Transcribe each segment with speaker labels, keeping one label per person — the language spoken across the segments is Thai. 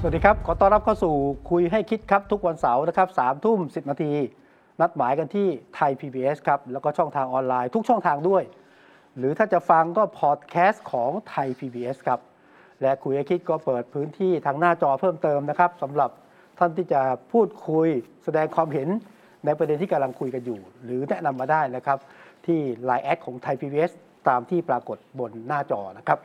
Speaker 1: สวัสดีครับ ขอต้อนรับเข้าสู่คุยให้คิดครับทุกวันเสาร์นะครับสามทุ่มสินาที นัดหมายกันที่ไทย PBS ครับ แล้วก็ช่องทางออนไลน์ทุกช่องทางด้วย หรือถ้าจะฟังก็พอดแคสต์ของไทย PBS ครับ และคุยให้คิดก็เปิดพื้นที่ทางหน้าจอเพิ่มเติมนะครับสำหรับท่านที่จะพูดคุยแสดงความเห็นในประเด็นที่กำลังคุยกันอยู่ หรือแนะนำมาได้นะครับ ที่ Line แอดของไทย PBS ตามที่ปรากฏบนหน้าจอนะครับ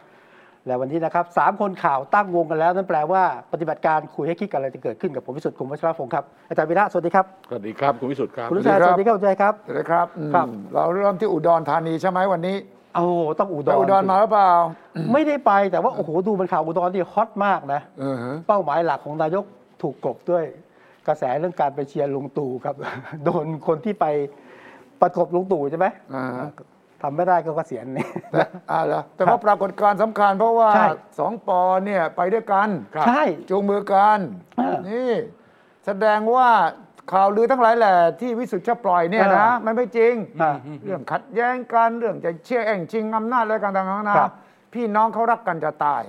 Speaker 1: และวันนี้นะครับสามคนข่าวตั้งวงกันแล้ว นั่นแปลว่าปฏิบัติการคุยให้คิดกันอะไรจะเกิดขึ้นกับผมพิสุทธิ์คุมวัชรพงศ์ครับ อาจารย์วีระสวัสดีครับ
Speaker 2: สวัสดีครับ คุณวิสุทธ์ครับ
Speaker 1: คุณลุชัยส
Speaker 3: สวั
Speaker 1: วัส
Speaker 3: สดี
Speaker 1: ดีค
Speaker 3: ครั
Speaker 1: รับบ คุณลุชัยครับ
Speaker 3: สวัสดีครับอืม
Speaker 1: ครับ
Speaker 3: เราเริ่มที่อุดรธานีใช่ไหมวันนี้
Speaker 1: โอ้โหต้องอุด
Speaker 3: ไป
Speaker 1: ร
Speaker 3: อุดรมาหรือเปล่า
Speaker 1: ไม่ได้ไปแต่ว่าโอ้โหดูมันข่าวอุดรที่ฮอตมากนะ
Speaker 3: เออฮะ
Speaker 1: เป้าหมายหลักของนายกถูกกลบด้วย กระแสเรื่องการไปเชียร์ลุงตู่ครับ โดนคนที่ไปประกบลุงตู่ใช่ไหม
Speaker 3: อ่าฮะ
Speaker 1: ทำไม่ได้ก็เกษียณนี่
Speaker 3: แต่อ่าเหรอแต่ว่าปรากฏการณ์สำคัญเพราะว่า
Speaker 1: ใช่
Speaker 3: สองปอเนี่ยไปด้วยกัน
Speaker 2: ครับ
Speaker 1: ใช่
Speaker 3: จูงมือกัน
Speaker 1: เออ
Speaker 3: นี่แสดงว่าข่าวลือทั้งหลายแหล่ที่วิสุทธ์จะปล่อยเนี่ยนะ
Speaker 1: เออ
Speaker 3: มันไม่จริง
Speaker 1: อ่า
Speaker 3: เรื่องขัดแย้งกันเรื่องจะเชื่อแอ่งชิงอำนาจอะไรกันต่างๆนะครับ พี่น้องเขารักกันจะตาย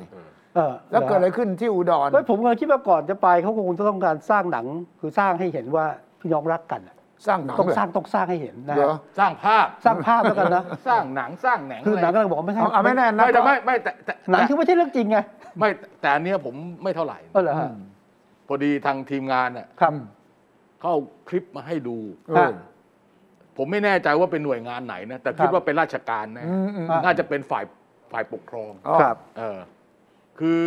Speaker 1: เออ
Speaker 3: แล้วเกิดอะไรขึ้นที่อุดร
Speaker 1: เฮ้ยผมกำลังคิดว่าก่อนจะไปเขาคงจะต้องการสร้างหนัง คือสร้างให้เห็นว่าพี่น้องรักกันอะ
Speaker 3: สร้างหนัง
Speaker 1: ต้อง
Speaker 3: เหรอ
Speaker 1: สร้างต้องสร้างให้เห็นนะ
Speaker 3: เหร
Speaker 1: ฮะ
Speaker 3: อ
Speaker 2: สร้างภาพ
Speaker 1: สร้างภาพแล้วกันนะ
Speaker 2: สร้างหนังสร้างแหนง
Speaker 1: คือหนัง
Speaker 2: ะ
Speaker 1: กำ
Speaker 2: ไร
Speaker 1: ลังบอกว่าไม่ใช่
Speaker 3: เอาเอาไม่แน่นะ
Speaker 2: ไม่แต่ไม่ไม่แต่แต่
Speaker 1: หนังคือไม่ใช่เรื่องจริงไง
Speaker 2: ไม่แต่อันเนี้ยผมไม่เท่าไหร่
Speaker 1: เออเหรอฮะ
Speaker 2: พอดีทางทีมงานน่ะ
Speaker 1: ครับ
Speaker 2: เขาเอาคลิปมาให้ดู
Speaker 3: เออ
Speaker 2: ผมไม่แน่ใจว่าเป็นหน่วยงานไหนนะ แต่
Speaker 1: ครั
Speaker 2: คิด
Speaker 1: บ
Speaker 2: ว่าเป็นราชการแนะ
Speaker 3: อืมอืม
Speaker 2: น่าจะเป็นฝ่ายฝ่ายปกครอง
Speaker 3: อ๋อ
Speaker 1: ครับ
Speaker 2: เออคือ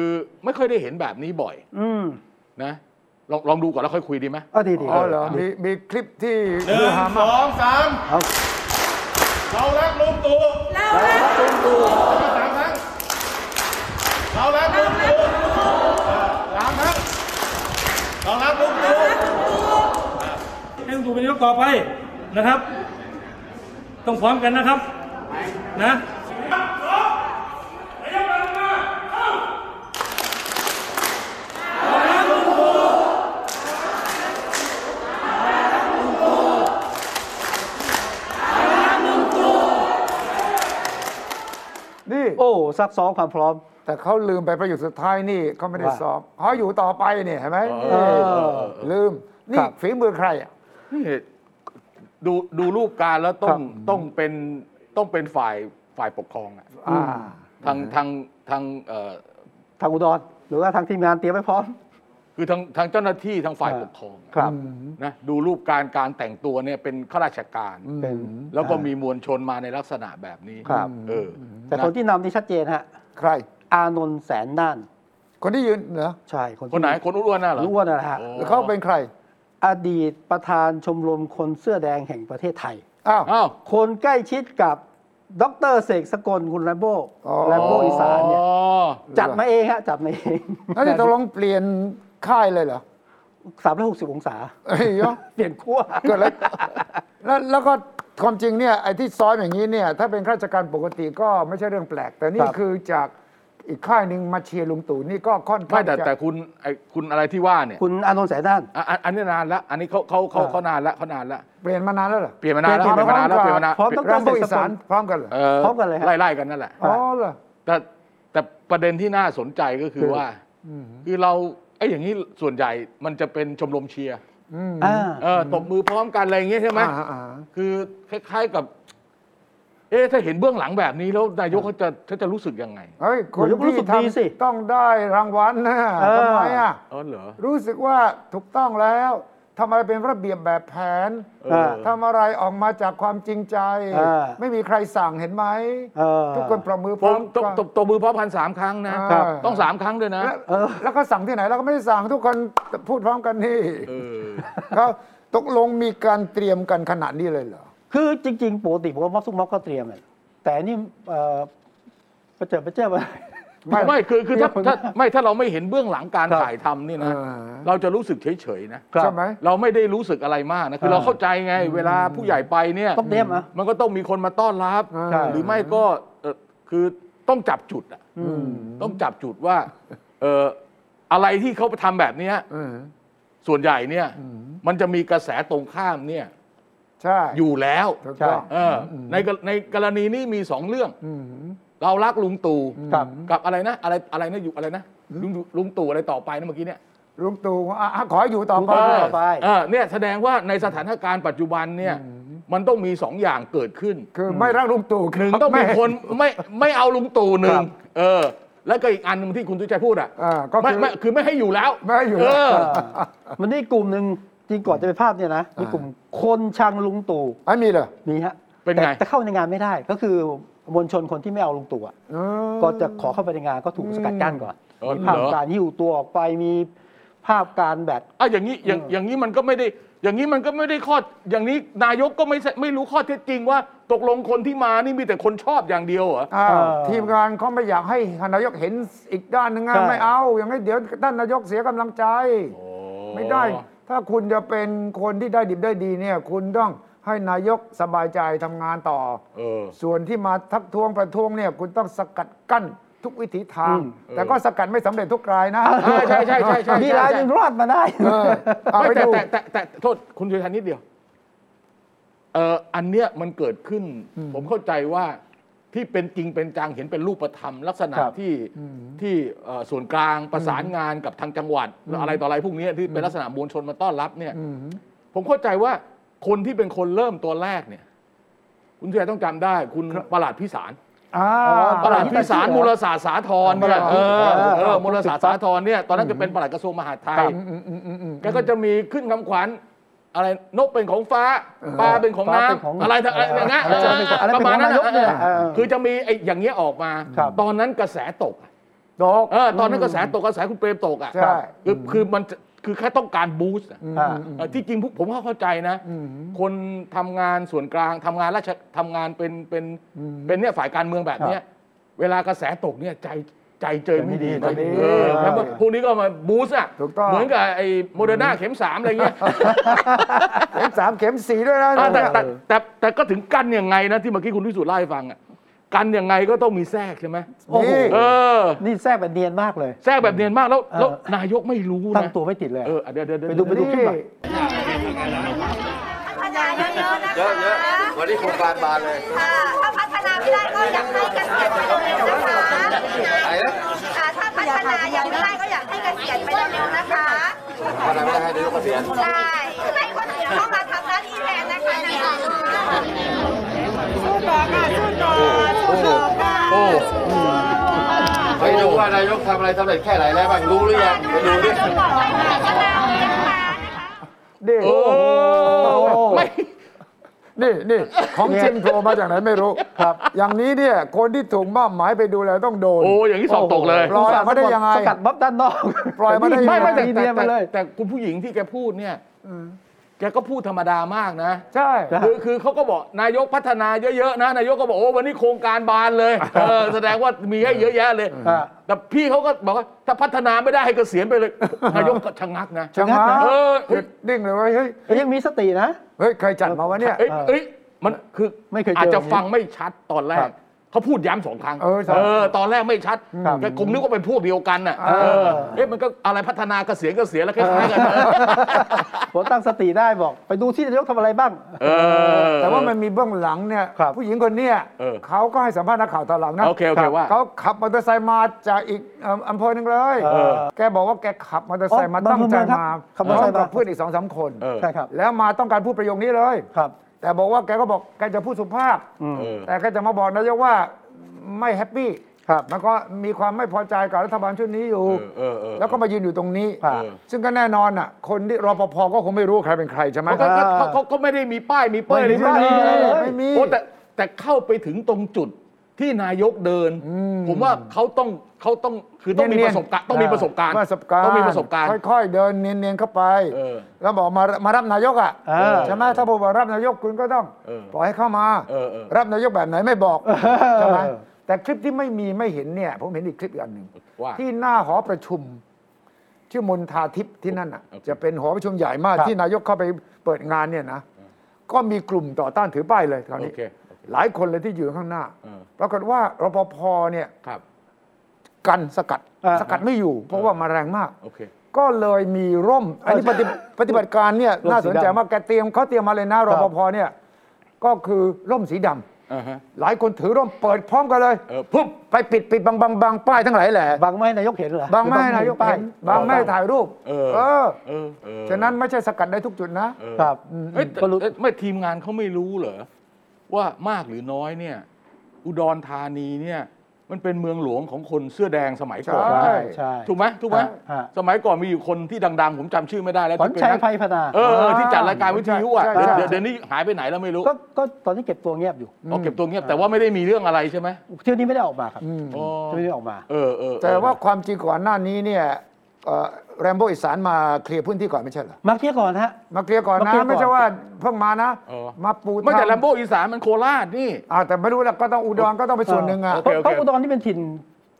Speaker 2: ไม่ค่อยได้เห็นแบบนี้บ่อย
Speaker 1: อืม
Speaker 2: นะลองลองดูก่อนแล้วค่อยคุยดีไหม
Speaker 1: เอ๋อดีดี
Speaker 3: อ๋อเหรอ
Speaker 2: ครับ
Speaker 3: มีมีคลิปที่
Speaker 4: หนึ่
Speaker 3: ฮื
Speaker 4: ง
Speaker 3: อฮา
Speaker 4: ส
Speaker 3: มาก
Speaker 4: องสาม
Speaker 1: เอา
Speaker 4: เรารักลุงตู่เรารักลุงตู่เรารักลุงตู่สามครั้งเรารักลุงตู่
Speaker 5: ให้ลุงตู่เป็นนายกต่อไปนะครับ ต้องพร้อมกันนะครับนะ
Speaker 3: นี่
Speaker 1: โอ้ซักซ้อมความพร้อม
Speaker 3: แต่เขาลืมไปประโยคสุดท้ายนี่เขาไม่ได้
Speaker 1: ว่า
Speaker 3: ซ้อมเขาอยู่ต่อไปเนี่ยเห็นไหม
Speaker 2: เออ
Speaker 3: นี่ลืม
Speaker 1: ครั
Speaker 3: นี่
Speaker 1: บ
Speaker 3: ฝีมือใครอ่ะ
Speaker 2: นี่ดูดูรูปการแล้วต้อ
Speaker 1: ครั
Speaker 2: ง
Speaker 1: บ
Speaker 2: ต้องเป็นต้องเป็นฝ่ายฝ่ายปกครองอะ
Speaker 3: อ่า
Speaker 2: ทางทางทางเอ่อ
Speaker 1: ทางอุดรหรือว่าทางทีมงานเตรียมไว้พร้อม
Speaker 2: คือทางทางเจ้าหน้าที่ทางฝ่ายปกครอง
Speaker 1: ครับ
Speaker 2: นะดูรูปการการแต่งตัวเนี่ยเป็นข้าราชการ
Speaker 1: เป็น
Speaker 2: แล้วก็มีมวลชนมาในลักษณะแบบนี้
Speaker 1: ครับ
Speaker 2: เออ
Speaker 1: แต่คนที่นำนี่ชัดเจนฮะ
Speaker 3: ใคร
Speaker 1: อานนท์แสนน่าน
Speaker 3: คนที่ยืนเหรอ
Speaker 1: ใช่คนที่
Speaker 2: คนไหนคนอ้วนๆน่ะเหรอ
Speaker 1: รู้ว่านะฮะ
Speaker 2: โอ้
Speaker 3: แล้วเขาเป็นใคร
Speaker 1: อดีตประธานชมรมคนเสื้อแดงแห่งประเทศไทย
Speaker 3: อ้าว
Speaker 2: อ้าว
Speaker 1: คนใกล้ชิดกับดอกเตอรเสกสกลคุณแรมโบ้
Speaker 3: อ๋อ
Speaker 1: แรมโบ้อีสานเนี่ย
Speaker 2: อ๋อ
Speaker 1: จัดมาเองฮะ จัดมาเอง
Speaker 3: แล้วจะตกลงเปลี่ยนค่ายเลยเหรอ
Speaker 1: สามร้อยหกสิบองศา
Speaker 3: เอ้ยเนอะ
Speaker 1: เปลี่ยนขั้ว
Speaker 3: เกิดอะไรแล้วแล้วก็ความจริงเนี่ยไอ้ที่ซ้อมอย่างนี้เนี่ย ถ้าเป็นข้าราชการปกติก็ไม่ใช่เรื่องแปลก แต่
Speaker 1: ค
Speaker 3: นี่
Speaker 1: รับ
Speaker 3: คือจากอีกค่ายหนึ่งมาเชียร์ลุงตู่นี่ก็ค่อนข้า
Speaker 2: ไม่
Speaker 3: ง
Speaker 2: แต่แต่
Speaker 3: จะ
Speaker 2: คุณไอ้คุณอะไรที่ว่าเนี่ย
Speaker 1: คุณอานนท์แสนน่าน
Speaker 2: อ่ะอ่ะอันนี้นานละอันนี้เขาเขาเขา
Speaker 1: เออ
Speaker 2: เขานานละเขานานละ
Speaker 3: เปลี่ยนมานานแล้วเหรอ
Speaker 2: เปลี่ยนมานานแล้วเปลี่ยนมานานแล้วเปลี่ยนมานาน
Speaker 1: พร้อม
Speaker 2: เปลี่ยน
Speaker 1: ต้อง
Speaker 3: รั
Speaker 1: เตอรเสก
Speaker 3: มโบอี
Speaker 1: ส
Speaker 3: สาก น
Speaker 1: ล
Speaker 3: พร้อมกันเหรอ
Speaker 2: เออ
Speaker 1: พร้อมกันเลยฮะ
Speaker 2: ไล่ไล่กันนั่นแหละ
Speaker 3: อ๋อเหรอ
Speaker 2: แต่แต่ประเด็นที่น่าสนใจก็คือว่า
Speaker 3: อืม
Speaker 2: คือเราไอ้อย่างนี้ส่วนใหญ่มันจะเป็นชมรมเชียร์
Speaker 3: อืม
Speaker 1: อ่า
Speaker 2: เออตบมือพร้อมกันอะไรอย่างเงี้ยใช่ไหม
Speaker 3: อ่าอ่า
Speaker 2: คือคล้ายๆกับ เอ๊ะถ้าเห็นเบื้องหลังแบบนี้แล้วนายกเขาจะเขาจะรู้สึกยังไง
Speaker 3: เฮ้ยคน
Speaker 1: นายกรู้
Speaker 3: ที่
Speaker 1: สึก
Speaker 3: ท
Speaker 1: ดีสิ
Speaker 3: ำต้องได้รางวัลนะ
Speaker 1: เออ
Speaker 3: ทำไมอ่ะ
Speaker 2: อ๋อเหรอ
Speaker 3: รู้สึกว่าถูกต้องแล้วทำอะไรเป็นระเบียบแบบแผน
Speaker 2: เออ
Speaker 3: ทำอะไรออกมาจากความจริงใจ
Speaker 1: เออ
Speaker 3: ไม่มีใครสั่งเห็นไหม
Speaker 1: เออ
Speaker 3: ทุกคนประมือ
Speaker 2: พร้อมตบ
Speaker 3: กัน
Speaker 2: ตบตบมือพร้อมกันสามครั้งนะ
Speaker 1: ครับ
Speaker 3: เ
Speaker 2: ต้องสามครั้งด้วยนะ
Speaker 3: แล้ว
Speaker 1: เออ
Speaker 3: แล้วก็สั่งที่ไหนเราก็ไม่ได้สั่งทุกคนพูดพร้อมกันนี่
Speaker 2: เออ
Speaker 3: เขาตกลงมีการเตรียมกันขนาดนี้เลยเหรอ
Speaker 1: คือจริง ๆ ปกติผมว่าม็อบทุกม็อบก็เตรียมแหละแต่นี่เอ่อประเจิดประเจิดมา
Speaker 3: ไม่
Speaker 2: ไม่คือคือถ้าถ้าไม่ถ้าเราไม่เห็นเบื้องหลังการ
Speaker 1: ครับ
Speaker 2: ถ่ายทำนี่นะ
Speaker 3: เออ
Speaker 2: เราจะรู้สึกเฉยๆนะ
Speaker 1: ครับ
Speaker 3: ใช่ไหม
Speaker 2: เราไม่ได้รู้สึกอะไรมากนะ คือ
Speaker 1: เออ
Speaker 2: เราเข้าใจไง เวลาผู้ใหญ่ไปเนี่ย
Speaker 1: ต้องเตรียมอ่ะ
Speaker 2: มันก็ต้องมีคนมาต้อนรับ
Speaker 3: ใช่
Speaker 2: หรือไม่ก็เอ่อคือต้องจับจุดอ่ะต้องจับจุดว่าเอ่ออะไรที่เขาทำแบบเนี้ย
Speaker 3: เออ
Speaker 2: ส่วนใหญ่เนี่ย มันจะมีกระแสตรงข้ามเนี่ย
Speaker 3: ใช่
Speaker 2: อยู่แล้ว
Speaker 3: ถูกต้อง
Speaker 2: เอออในกรในกรณีนี้มีสองเรื่อง
Speaker 3: อืม
Speaker 2: เรารักลุงตู่
Speaker 1: ครับ
Speaker 2: กับอะไรนะ อะไรอะไรนะอยู่อะไรนะลุงลุงตู่อะไรต่อไปนะเมื่อกี้เนี่ย
Speaker 3: ลุงตู่อ่ะขออยู่ต่อไป
Speaker 1: ลุงตู่ ต่อไป
Speaker 2: เออเนี่ยแสดงว่าในสถานการณ์ปัจจุบันเนี่ย มันต้องมีสองอย่างเกิดขึ้น
Speaker 3: คือไม่รักลุงตู่
Speaker 2: หนึ่งต้องมี
Speaker 3: ไม่
Speaker 2: คนไม่ไม่เอาลุงตู่ห
Speaker 1: ค
Speaker 2: นึ่ง
Speaker 1: รับ
Speaker 2: เออ แล้วก็อีกอันหนึงที่คุณตุ้ยใจพูดอ่ะ
Speaker 3: อ่าก็
Speaker 2: ไม่
Speaker 3: คือ
Speaker 2: ไม่คือไม่ให้อยู่แล้ว
Speaker 3: ไม่ให้อยู่
Speaker 2: เ
Speaker 3: แล้ว
Speaker 1: เออมันนี่กลุ่มหนึ่งจริงก่อนจะไปภาพเนี่ยนะมีกลุ่มคนชังลุงตู่
Speaker 3: อันนี้เหรอ
Speaker 1: นี่ฮะ
Speaker 2: เป็น
Speaker 1: แต่
Speaker 2: ไง
Speaker 1: แต่เข้าในงานไม่ได้ก็คือมวลชนคนที่ไม่เอาลุงตู่อะ
Speaker 3: เออ
Speaker 1: ก็จะขอเข้าไปในงานก็ถูกสกัดกั้นก่อน
Speaker 2: เออ
Speaker 1: มีภาพ
Speaker 2: เหรอ
Speaker 1: การหิ้วตัวออกไปมีภาพการแบบ
Speaker 2: อ่ะอย่างนี้อย่างอย่างนี้มันก็ไม่ได้ อย่างนี้มันก็ไม่ได้ข้ออย่างนี้นายกก็ไม่ใช่ไม่รู้ข้อเท็จจริงว่า ตกลงคนที่มานี่มีแต่คนชอบอย่างเดียวเหรอ
Speaker 3: อ้าว
Speaker 1: เออ
Speaker 3: ทีมงานเขาไม่อยากให้นายกเห็นอีกด้านหนึ่งอะ
Speaker 1: ใช่
Speaker 3: ไม่เอา อย่างนี้เดี๋ยวท่านนายกเสียกำลังใจ ไม่ได้ ถ้าคุณจะเป็นคนที่ได้ดิบได้ดีเนี่ย คุณต้องให้นายกสบายใจทำงานต่อ
Speaker 2: เออ
Speaker 3: ส่วนที่มาทักท้วงประท้วงเนี่ยคุณต้องสกัดกั้นทุกวิถีทาง แต่ก็สกัดไม่สำเร็จทุกรายนะ
Speaker 2: ใช่ใช่ใช่ใช่ใช่
Speaker 1: มีรายหนึงรอดมาได้
Speaker 3: เออเอาไป
Speaker 2: ไม่แต่
Speaker 3: ดู
Speaker 2: แต่แต่แต่แต่โทษคุณชัยธันนิดเดียวเอ่ออันเนี้ยมันเกิดขึ้น ผมเข้าใจว่าที่เป็นจริงเป็นจังเห็นเป็นรูปธรรม ลักษณะ
Speaker 1: ครับ
Speaker 2: ที่ที่เอ่อส่วนกลางประสานงานกับทางจังหวัด อะไรต่ออะไรพวกเนี้ยที่เป็นลักษณะมวลชนมาต้อนรับเนี่ย
Speaker 3: อืม
Speaker 2: ผมเข้าใจว่าคนที่เป็นคนเริ่มตัวแรกเนี่ย คุณชัยต้องจำได้ คุณประหลัดพิสาร
Speaker 3: อ่า
Speaker 1: อ๋อ
Speaker 2: ประหลัดพิสารมูลศาสตร์สาธรเนี่ยเออเออมูลศาสตร์สาธรเนี่ยตอนนั้นจะเป็นประหลัดกระทรวงมหาดไทย แกก็จะมีขึ้นคำขวัญ อะไรนกเป็นของฟ้าปลาเป็นของ
Speaker 1: ป
Speaker 2: น้
Speaker 1: ลาเป็นของ
Speaker 2: ำอะไรทั้งอะไรอย่างเงี้ย
Speaker 1: เอออะไร
Speaker 2: ป
Speaker 1: เป็นข
Speaker 2: ระมา
Speaker 1: อ
Speaker 2: ณ
Speaker 1: ง
Speaker 2: นั้น
Speaker 1: นายกเนี่ยเออ
Speaker 2: คือจะมีไอ้อย่างเงี้ยออกมา
Speaker 1: ครับ
Speaker 2: ตอนนั้นกระแสตกอะ
Speaker 3: ดก
Speaker 2: เออตอนนั้นกระแสตกกระแสคุณเปรมตกอ่ะ
Speaker 3: ใช่
Speaker 2: คือคือมันจะคือแค่ต้องการบูสต์อะ
Speaker 1: อ่า
Speaker 2: เออที่จริงผมก็เข้าใจนะ คนทำงานส่วนกลางทำงานราชทำงานเป็นเป็นเป็นเนี่ยฝ่ายการเมืองแบบเนี้ยเวลากระแสตกเนี่ยใจใจเจอไม่ดี
Speaker 1: ใจไม่ดี
Speaker 2: เออแล้วก็พวกนี้ก็มาบูสต์อ่ะ
Speaker 3: ถูกต้อง
Speaker 2: เหมือนกับไอ้โมเดอร์นาเข็มสามอะไรเงี้ย
Speaker 3: เข็มสามเข็มสี่ด้วยนะ
Speaker 2: อ่าแต่แต่แต่แต่ก็ถึงกันยังไงนะที่เมื่อกี้คุณวิสุทธ์เล่าให้ฟังอ่ะกันยังไงก็ต้องมีแทรกใช่ไหม
Speaker 1: โอ้โห
Speaker 3: นี่
Speaker 2: เออ
Speaker 1: นี่แทรกแบบเนียนมากเลย
Speaker 2: แทรกแบบเนียนมากแล้วแล้ว
Speaker 1: เออ
Speaker 2: นายกไม่รู้
Speaker 1: ตั้ง
Speaker 2: นะ
Speaker 1: ตัวไม่ติดเลย
Speaker 2: เอออ่ะเดี๋ยวเดี๋ยวเดี๋ยว
Speaker 1: ไปดูไปดูคลิปหน่อย
Speaker 6: พัฒนาเยอะๆนะคะเยอะๆวันนี้โครงการบานเลย ค่ะ ถ้าพัฒนาไม่ได้ก็อยากให้เกษียณไปเร็วๆนะคะอ่าถ้าพัฒนายังไม่ได้ก็อยากให้เกษียณไปเร็วๆนะคะ
Speaker 4: พัฒนาไม่ได้ให้นายกเกษียณ
Speaker 6: ใช่ ให้คนอื่นเข้ามาทำหน้าที่แทนนะคะนายกสู้ต่อค่ะสู้ต่อสู้ต่อค่ะ
Speaker 2: โอ้
Speaker 4: ไปดูว่านายกทำอะไรสำเร็จแค่ไหนแล้วบ้างรู้หรือยังไปดูดิ
Speaker 6: สู้ต่อไปค่ะพัฒนานะคะ
Speaker 3: นี่
Speaker 2: โอ้ไม่
Speaker 3: นี่นี่ของจริงโผล่มาจากไหนไม่รู้
Speaker 1: ครับ
Speaker 3: อย่างนี้เนี่ยคนที่ถูกมอบหมายไปดูแลต้องโดน
Speaker 2: โอ้อย่างนี้สอบตกเลย
Speaker 3: ปล่อยมาได้ยังไง
Speaker 1: สกัดบ๊อบด้านนอก
Speaker 3: ปล่อยมาได้ยังง
Speaker 2: ไม่ไม่แต่
Speaker 1: แต่นี่
Speaker 2: แต่
Speaker 1: เนียน
Speaker 2: แต่
Speaker 1: มาเลย
Speaker 2: แต่คุณผู้หญิงที่แกพูดเนี่ยแกก็พูดธรรมดามากนะ
Speaker 3: ใช่
Speaker 1: ครับ
Speaker 2: คือคือเขาก็บอกนายกพัฒนาเยอะๆนะ นายกก็บอกโอ้วันนี้โครงการบานเลยเออแสดงว่ามีให้เยอะแยะเลย
Speaker 1: อ่า
Speaker 2: แต่พี่เขาก็บอกว่าถ้าพัฒนาไม่ได้ให้เกษียณไปเลย นายกก็ชะงักนะ
Speaker 3: จังหวะ
Speaker 2: เออ
Speaker 3: หยุดนิ่งเลยเว้ยเฮ้ย
Speaker 1: เอ้ยยังมีสตินะ
Speaker 3: เฮ้ย ใครจัดมาวะเนี่ย
Speaker 2: เอ้ยเอ้ยมันคือ
Speaker 1: ไม่เคยเจออ
Speaker 2: อาจจะ
Speaker 1: ย่างนี้
Speaker 2: ฟังไม่ชัดตอนแร
Speaker 1: ครั
Speaker 2: ก
Speaker 1: บ
Speaker 2: เขาพูดย้ำสองครั้ง
Speaker 3: เออใช่
Speaker 2: ตอนแรกไม่ชัด
Speaker 1: ครับ
Speaker 2: แกคงนึกว่าเป็นพวกเดียวกันน่ะ
Speaker 1: เออ
Speaker 2: เออเอ๊ะมันก็อะไรพัฒนาเกษียณเกษียณแล้วคล้ายๆกันนะ
Speaker 1: ผมตั้งสติได้บอก ไปดูที่นายกทำอะไรบ้าง
Speaker 2: เออ
Speaker 3: แต่ว่ามันมีเบื้องหลังเนี่ย
Speaker 1: ครับ
Speaker 3: ผู้หญิงคนเนี้ย
Speaker 2: เออ
Speaker 3: เขาก็ให้สัมภาษณ์นักข่าวตอนหลังนะ
Speaker 2: โอเคโอเคว่า
Speaker 3: เขาขับมอเตอร์ไซค์มาจากอีกเอ่ออำเภอหนึ่งเลย
Speaker 1: เออ
Speaker 3: แกบอกว่าแกขับมอเตอร์ไซค์มา
Speaker 1: อ๋อ
Speaker 3: ตั้งใจ
Speaker 1: ครับ
Speaker 3: มา
Speaker 1: ขับมอเตอร์ไซค์มา
Speaker 3: พกับเพื่อนอีกสองสามคน
Speaker 2: เออ
Speaker 1: ใช่ครับ
Speaker 3: แล้วมาต้องการพูดประโยคนี้เลย
Speaker 1: ครับ
Speaker 3: แต่บอกว่าแกก็บอกแกจะพูดสุภาพ
Speaker 2: เออ
Speaker 3: แต่แกจะมาบอกนายกว่าไม่แฮปปี้
Speaker 1: ครับ
Speaker 3: มันก็มีความไม่พอใจกับรัฐบาลชุดนี้อยู่
Speaker 2: เออเออเออ
Speaker 3: แล้วก็มายืนอยู่ตรงนี้
Speaker 1: ครับ
Speaker 3: ซึ่งก็แน่นอนอ่ะ คนที่รปภก็คงไม่รู้ใครเป็นใครใช่ไหม
Speaker 2: เขาก็เขาเขาเขาไม่ได้มีป้ายมีเป้ยอะไร
Speaker 1: ไม่มี
Speaker 2: ที่
Speaker 1: ไม่มี
Speaker 2: เออ
Speaker 3: ไม่มี
Speaker 2: โอ้แต่แต่เข้าไปถึงตรงจุดที่นายกเดิน ผมว่าเขาต้องเขาต้องคือต้องมีประสบการณ์ต้องมีประสบการณ์
Speaker 3: ประสบการณ์
Speaker 2: ต้องมีประสบการณ์
Speaker 3: ค่อย ๆ เดินเนียนๆเข้าไป
Speaker 2: เออ
Speaker 3: แล้วบอกมามารับนายกอ่ะ
Speaker 1: เออ
Speaker 3: ใช่ไหมถ้าบอกว่ารับนายกคุณก็ต้อง
Speaker 2: เออ
Speaker 3: ปล่อยให้เข้ามา
Speaker 2: เออเออ
Speaker 3: รับนายกแบบไหนไม่บอกใช่ไหม แต่คลิปที่ไม่มีไม่เห็นเนี่ย ผมเห็นอีกคลิปอีกอันหนึ่ง
Speaker 2: ว่า
Speaker 3: ที่หน้าหอประชุม ชื่อมนทาทิพย์ที่นั่นอ่ะ
Speaker 2: โอเค
Speaker 3: จะเป็นหอประชุมใหญ่มาก
Speaker 1: ครับ
Speaker 3: ที่นายกเข้าไปเปิดงานเนี่ยนะ ก็มีกลุ่มต่อต้านถือป้ายเลยคราว
Speaker 2: โอ
Speaker 3: นี้
Speaker 2: เค
Speaker 3: หลายคนเลยที่อยู่ข้างหน้า
Speaker 2: เออ
Speaker 3: ปรากฏว่ารปภเนี่ย
Speaker 2: ครับ
Speaker 3: กันสกัด
Speaker 1: อ่า
Speaker 3: สกัดไม่อยู่ เพราะว่ามาแรงมาก
Speaker 2: โอเค
Speaker 3: ก็เลยมีร่ม อันนี้ป ฏิปฏิบัติการเนี่ย
Speaker 1: ร่ม
Speaker 3: น่าสนใจ
Speaker 1: สีดำ
Speaker 3: มากแกเตรียมเขาเตรียมมาเลยนะร
Speaker 1: ครั
Speaker 3: ป
Speaker 1: บ
Speaker 3: ภเนี่ย ก็คือร่มสีดำ
Speaker 2: อ่าฮะ
Speaker 3: หลายคนถือร่มเปิดพร้อมกันเลย
Speaker 2: เออปุ๊บ
Speaker 3: ไปปิดปิดบังบังบังป้ายทั้งหลายแหละ
Speaker 1: บังไม่ให้นายกเห็นเหรอ
Speaker 3: บางไม่ให้นายกไปบางไม่ให้ถ่ายรูป
Speaker 2: เออ
Speaker 3: อ
Speaker 2: เออเออ
Speaker 3: ฉะนั้นไม่ใช่สกัดได้ทุกจุดนะ
Speaker 2: เออ
Speaker 1: ครับ
Speaker 2: เอ้ยแต่
Speaker 1: ก็รู้
Speaker 2: เอ้ยไม่ทีมงานเขาไม่รู้เหรอ ว่ามากหรือน้อยเนี่ย อุดรธานีเนี่ย มันเป็นเมืองหลวงของคนเสื้อแดงสมัยก่อน
Speaker 3: ใช่
Speaker 1: ใช่
Speaker 2: นะ
Speaker 1: ใช่
Speaker 2: ถูกไหมถูกไหม
Speaker 1: ฮะ
Speaker 2: สมัยก่อนมีอยู่คนที่ดัง ๆ ผมจำชื่อไม่ได้แล้ว
Speaker 1: ขวัญ
Speaker 2: ที่เป็น
Speaker 1: ชัย
Speaker 2: นัก
Speaker 1: ไพพนา
Speaker 2: เออเออที่จัดรายการวิทยุอ่ะ
Speaker 3: ใช่
Speaker 2: เดี๋ยว
Speaker 3: ใช่
Speaker 2: เดี๋ยวเดี๋ยวนี้หายไปไหนแล้วไม่รู้
Speaker 1: ก็ก็ตอนนี้เก็บตัวเงียบอยู่
Speaker 2: เอาเก็บตัวเงียบแต่ว่าไม่ได้มีเรื่องอะไรใช่ไหม
Speaker 1: เที่ยวนี้ไม่ได้ออกมาครับ
Speaker 2: อ๋อ
Speaker 1: เที่ยวนี้ไม่ได้ออกมา
Speaker 2: เออเออเออ
Speaker 3: แต่ว่าความจริงก่อนหน้านี้เนี่ยแรมโบ้อีสานมาเคลียร์พื้นที่ก่อนไม่ใช่เหรอ
Speaker 1: มาเที่ยวก่อนฮะ
Speaker 3: มาเคลียร์ก่อน
Speaker 1: มา
Speaker 3: นะ
Speaker 1: เคลียร์ก่อน
Speaker 3: ไม่ใช่ว่าเพิ่งมานะ
Speaker 2: เออ
Speaker 3: มาปู
Speaker 2: ไม่แต่
Speaker 3: ทาง
Speaker 2: แลมโบอีสานมันโคราชนี่
Speaker 3: อ่าแต่ไม่รู้แหละก็ต้องอุดรก็ต้องไปส่วนหนึ่งอ่ะ
Speaker 1: เพราะเพราะอุดรนี่เป็นถิ่น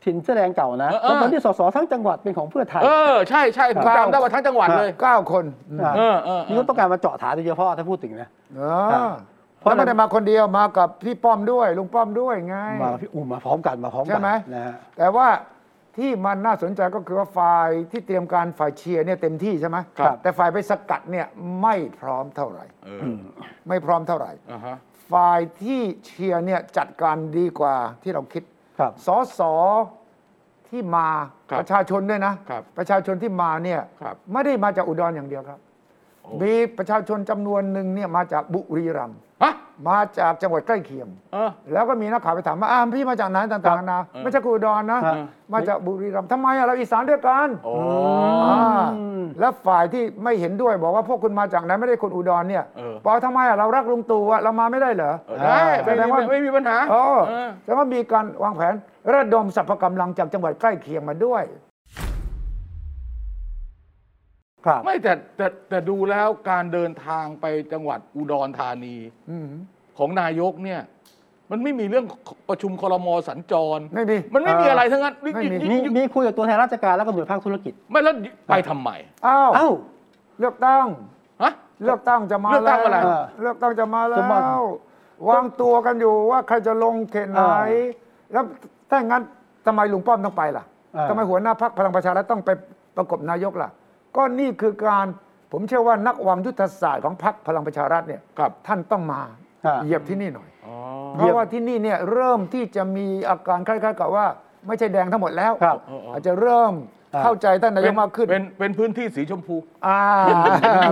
Speaker 1: ถิ่นเสื้อแดงเก่านะ
Speaker 2: เออเออ
Speaker 1: แล้วตอนที่สสทั้งจังหวัดเป็นของเพื่อไทย
Speaker 2: เออใช่ใช่ผม
Speaker 3: ครับ
Speaker 2: จำได้ว่าทั้งจังหวัดเลย
Speaker 3: เก้าคนอืม
Speaker 1: อ่า
Speaker 2: เออเออเอ
Speaker 1: นี่
Speaker 2: อ
Speaker 1: ก็ต้องการมาเจาะฐานโดยเฉพาะถ้าพูดถึงนะ
Speaker 3: เอ
Speaker 1: ครั
Speaker 3: อบ แล้วไม่ได้มาคนเดียวมากับพี่ป้อมด้วยลุงป้อมด้วยไง
Speaker 1: มาพี่อูมาพร้อมกันมาพร้อมกั
Speaker 3: ใช่ไหม
Speaker 1: นะฮะ
Speaker 3: แต่ว่าที่มันน่าสนใจก็คือว่าฝ่ายที่เตรียมการฝ่ายเชียร์เนี่ยเต็มที่ใช่ไหม
Speaker 2: ครับ
Speaker 3: แต่ฝ่ายไปสกัดเนี่ยไม่พร้อมเท่าไหร่
Speaker 2: เออ
Speaker 3: ไม่พร้อมเท่าไหร่
Speaker 2: อ่าฮะ
Speaker 3: ฝ่ายที่เชียร์เนี่ยจัดการดีกว่าที่เราคิด
Speaker 1: ครับ
Speaker 3: สอสอที่มา
Speaker 2: ครับ
Speaker 3: ประชาชนด้วยนะ
Speaker 2: ครับ
Speaker 3: ประชาชนที่มาเนี่ย
Speaker 2: ครับ
Speaker 3: ไม่ได้มาจากอุดรอย่างเดียวครับ
Speaker 2: โอ้
Speaker 3: มีประชาชนจำนวนหนึ่งเนี่ยมาจากบุรีรัมย์
Speaker 2: ฮะ
Speaker 3: มาจากจังหวัดใกล้เคียง
Speaker 2: เออ
Speaker 3: แล้วก็มีนักข่าวไปถามว่าอ้าวพี่มาจากไหนต่างๆนะ
Speaker 2: เออ
Speaker 3: ไม่ใช่กูอุดรนะ
Speaker 1: ครับ
Speaker 3: มาจากบุรีรัมย์ทำไมอะเราอีสานด้วยกัน
Speaker 2: อ๋อ
Speaker 3: อ่าแล้วฝ่ายที่ไม่เห็นด้วยบอกว่าพวกคุณมาจากไหนไม่ได้คนอุดรเนี่ย
Speaker 2: เออ
Speaker 3: บอกว่าทำไมอะเรารักลุงตู่อะเรามาไม่ได้เหรอ
Speaker 2: เออได้
Speaker 3: แสด
Speaker 2: ไม่มี
Speaker 3: งว่า
Speaker 2: ไม่มีปัญหา
Speaker 3: เออ
Speaker 2: เออ
Speaker 3: แต่ว่ามีการวางแผนระดมสรรพกำลังจากจังหวัดใกล้เคียงมาด้วย
Speaker 1: ครับ
Speaker 2: ไม่แต่แต่แต่ดูแล้วการเดินทางไปจังหวัดอุดรธานีของนายกเนี่ย มันไม่มีเรื่องประชุมคอรมอสัญจร
Speaker 3: ไม่มี
Speaker 2: มันไม่มีอะไรทั้งนั้น
Speaker 3: ไม่มี
Speaker 1: มี
Speaker 2: นี่
Speaker 1: มีคุยกับตัวแทนราชการแล้วก็หน่วยภาคธุรกิจ
Speaker 2: ไม่แล้วไปทำไม
Speaker 3: อ้าว
Speaker 1: เอ้า
Speaker 3: เลือกตั้ง
Speaker 2: ฮะ
Speaker 3: เลือกตั้งจะมา
Speaker 2: เลือกตั้งเมื่อไหร่
Speaker 3: แล้วเลือกตั้งจะมาแล้
Speaker 1: จะมาว
Speaker 3: วางตัวกันอยู่ว่าใครจะลงเขตไหน
Speaker 1: อ่า
Speaker 3: แล้วถ้าอย่างนั้นทำไมลุงป้อมต้องไปล่ะ
Speaker 1: อ่า
Speaker 3: ทำไมหัวหน้าพักพลังประชารัฐต้องไปประกบนายกล่ะ ก็นี่คือการผมเชื่อว่านักวางยุทธศาสตร์ของพักพลังประชารัฐเนี่ย
Speaker 2: ครับ
Speaker 3: ท่านต้องมา
Speaker 1: อ่า
Speaker 3: เหยียบที่นี่หน่อย
Speaker 2: อ๋อ
Speaker 3: เพราะว่าที่นี่เนี่ยเริ่มที่จะมีอาการคล้ายๆกับว่า ไม่ใช่แดงทั้งหมดแล้ว
Speaker 1: ครับ
Speaker 3: อาจจะเริ่ม
Speaker 1: อ่า
Speaker 3: เข้าใจท่านนายกมากขึ้น
Speaker 2: เป็นเป็นพื้นที่สีชมพู
Speaker 3: อ่า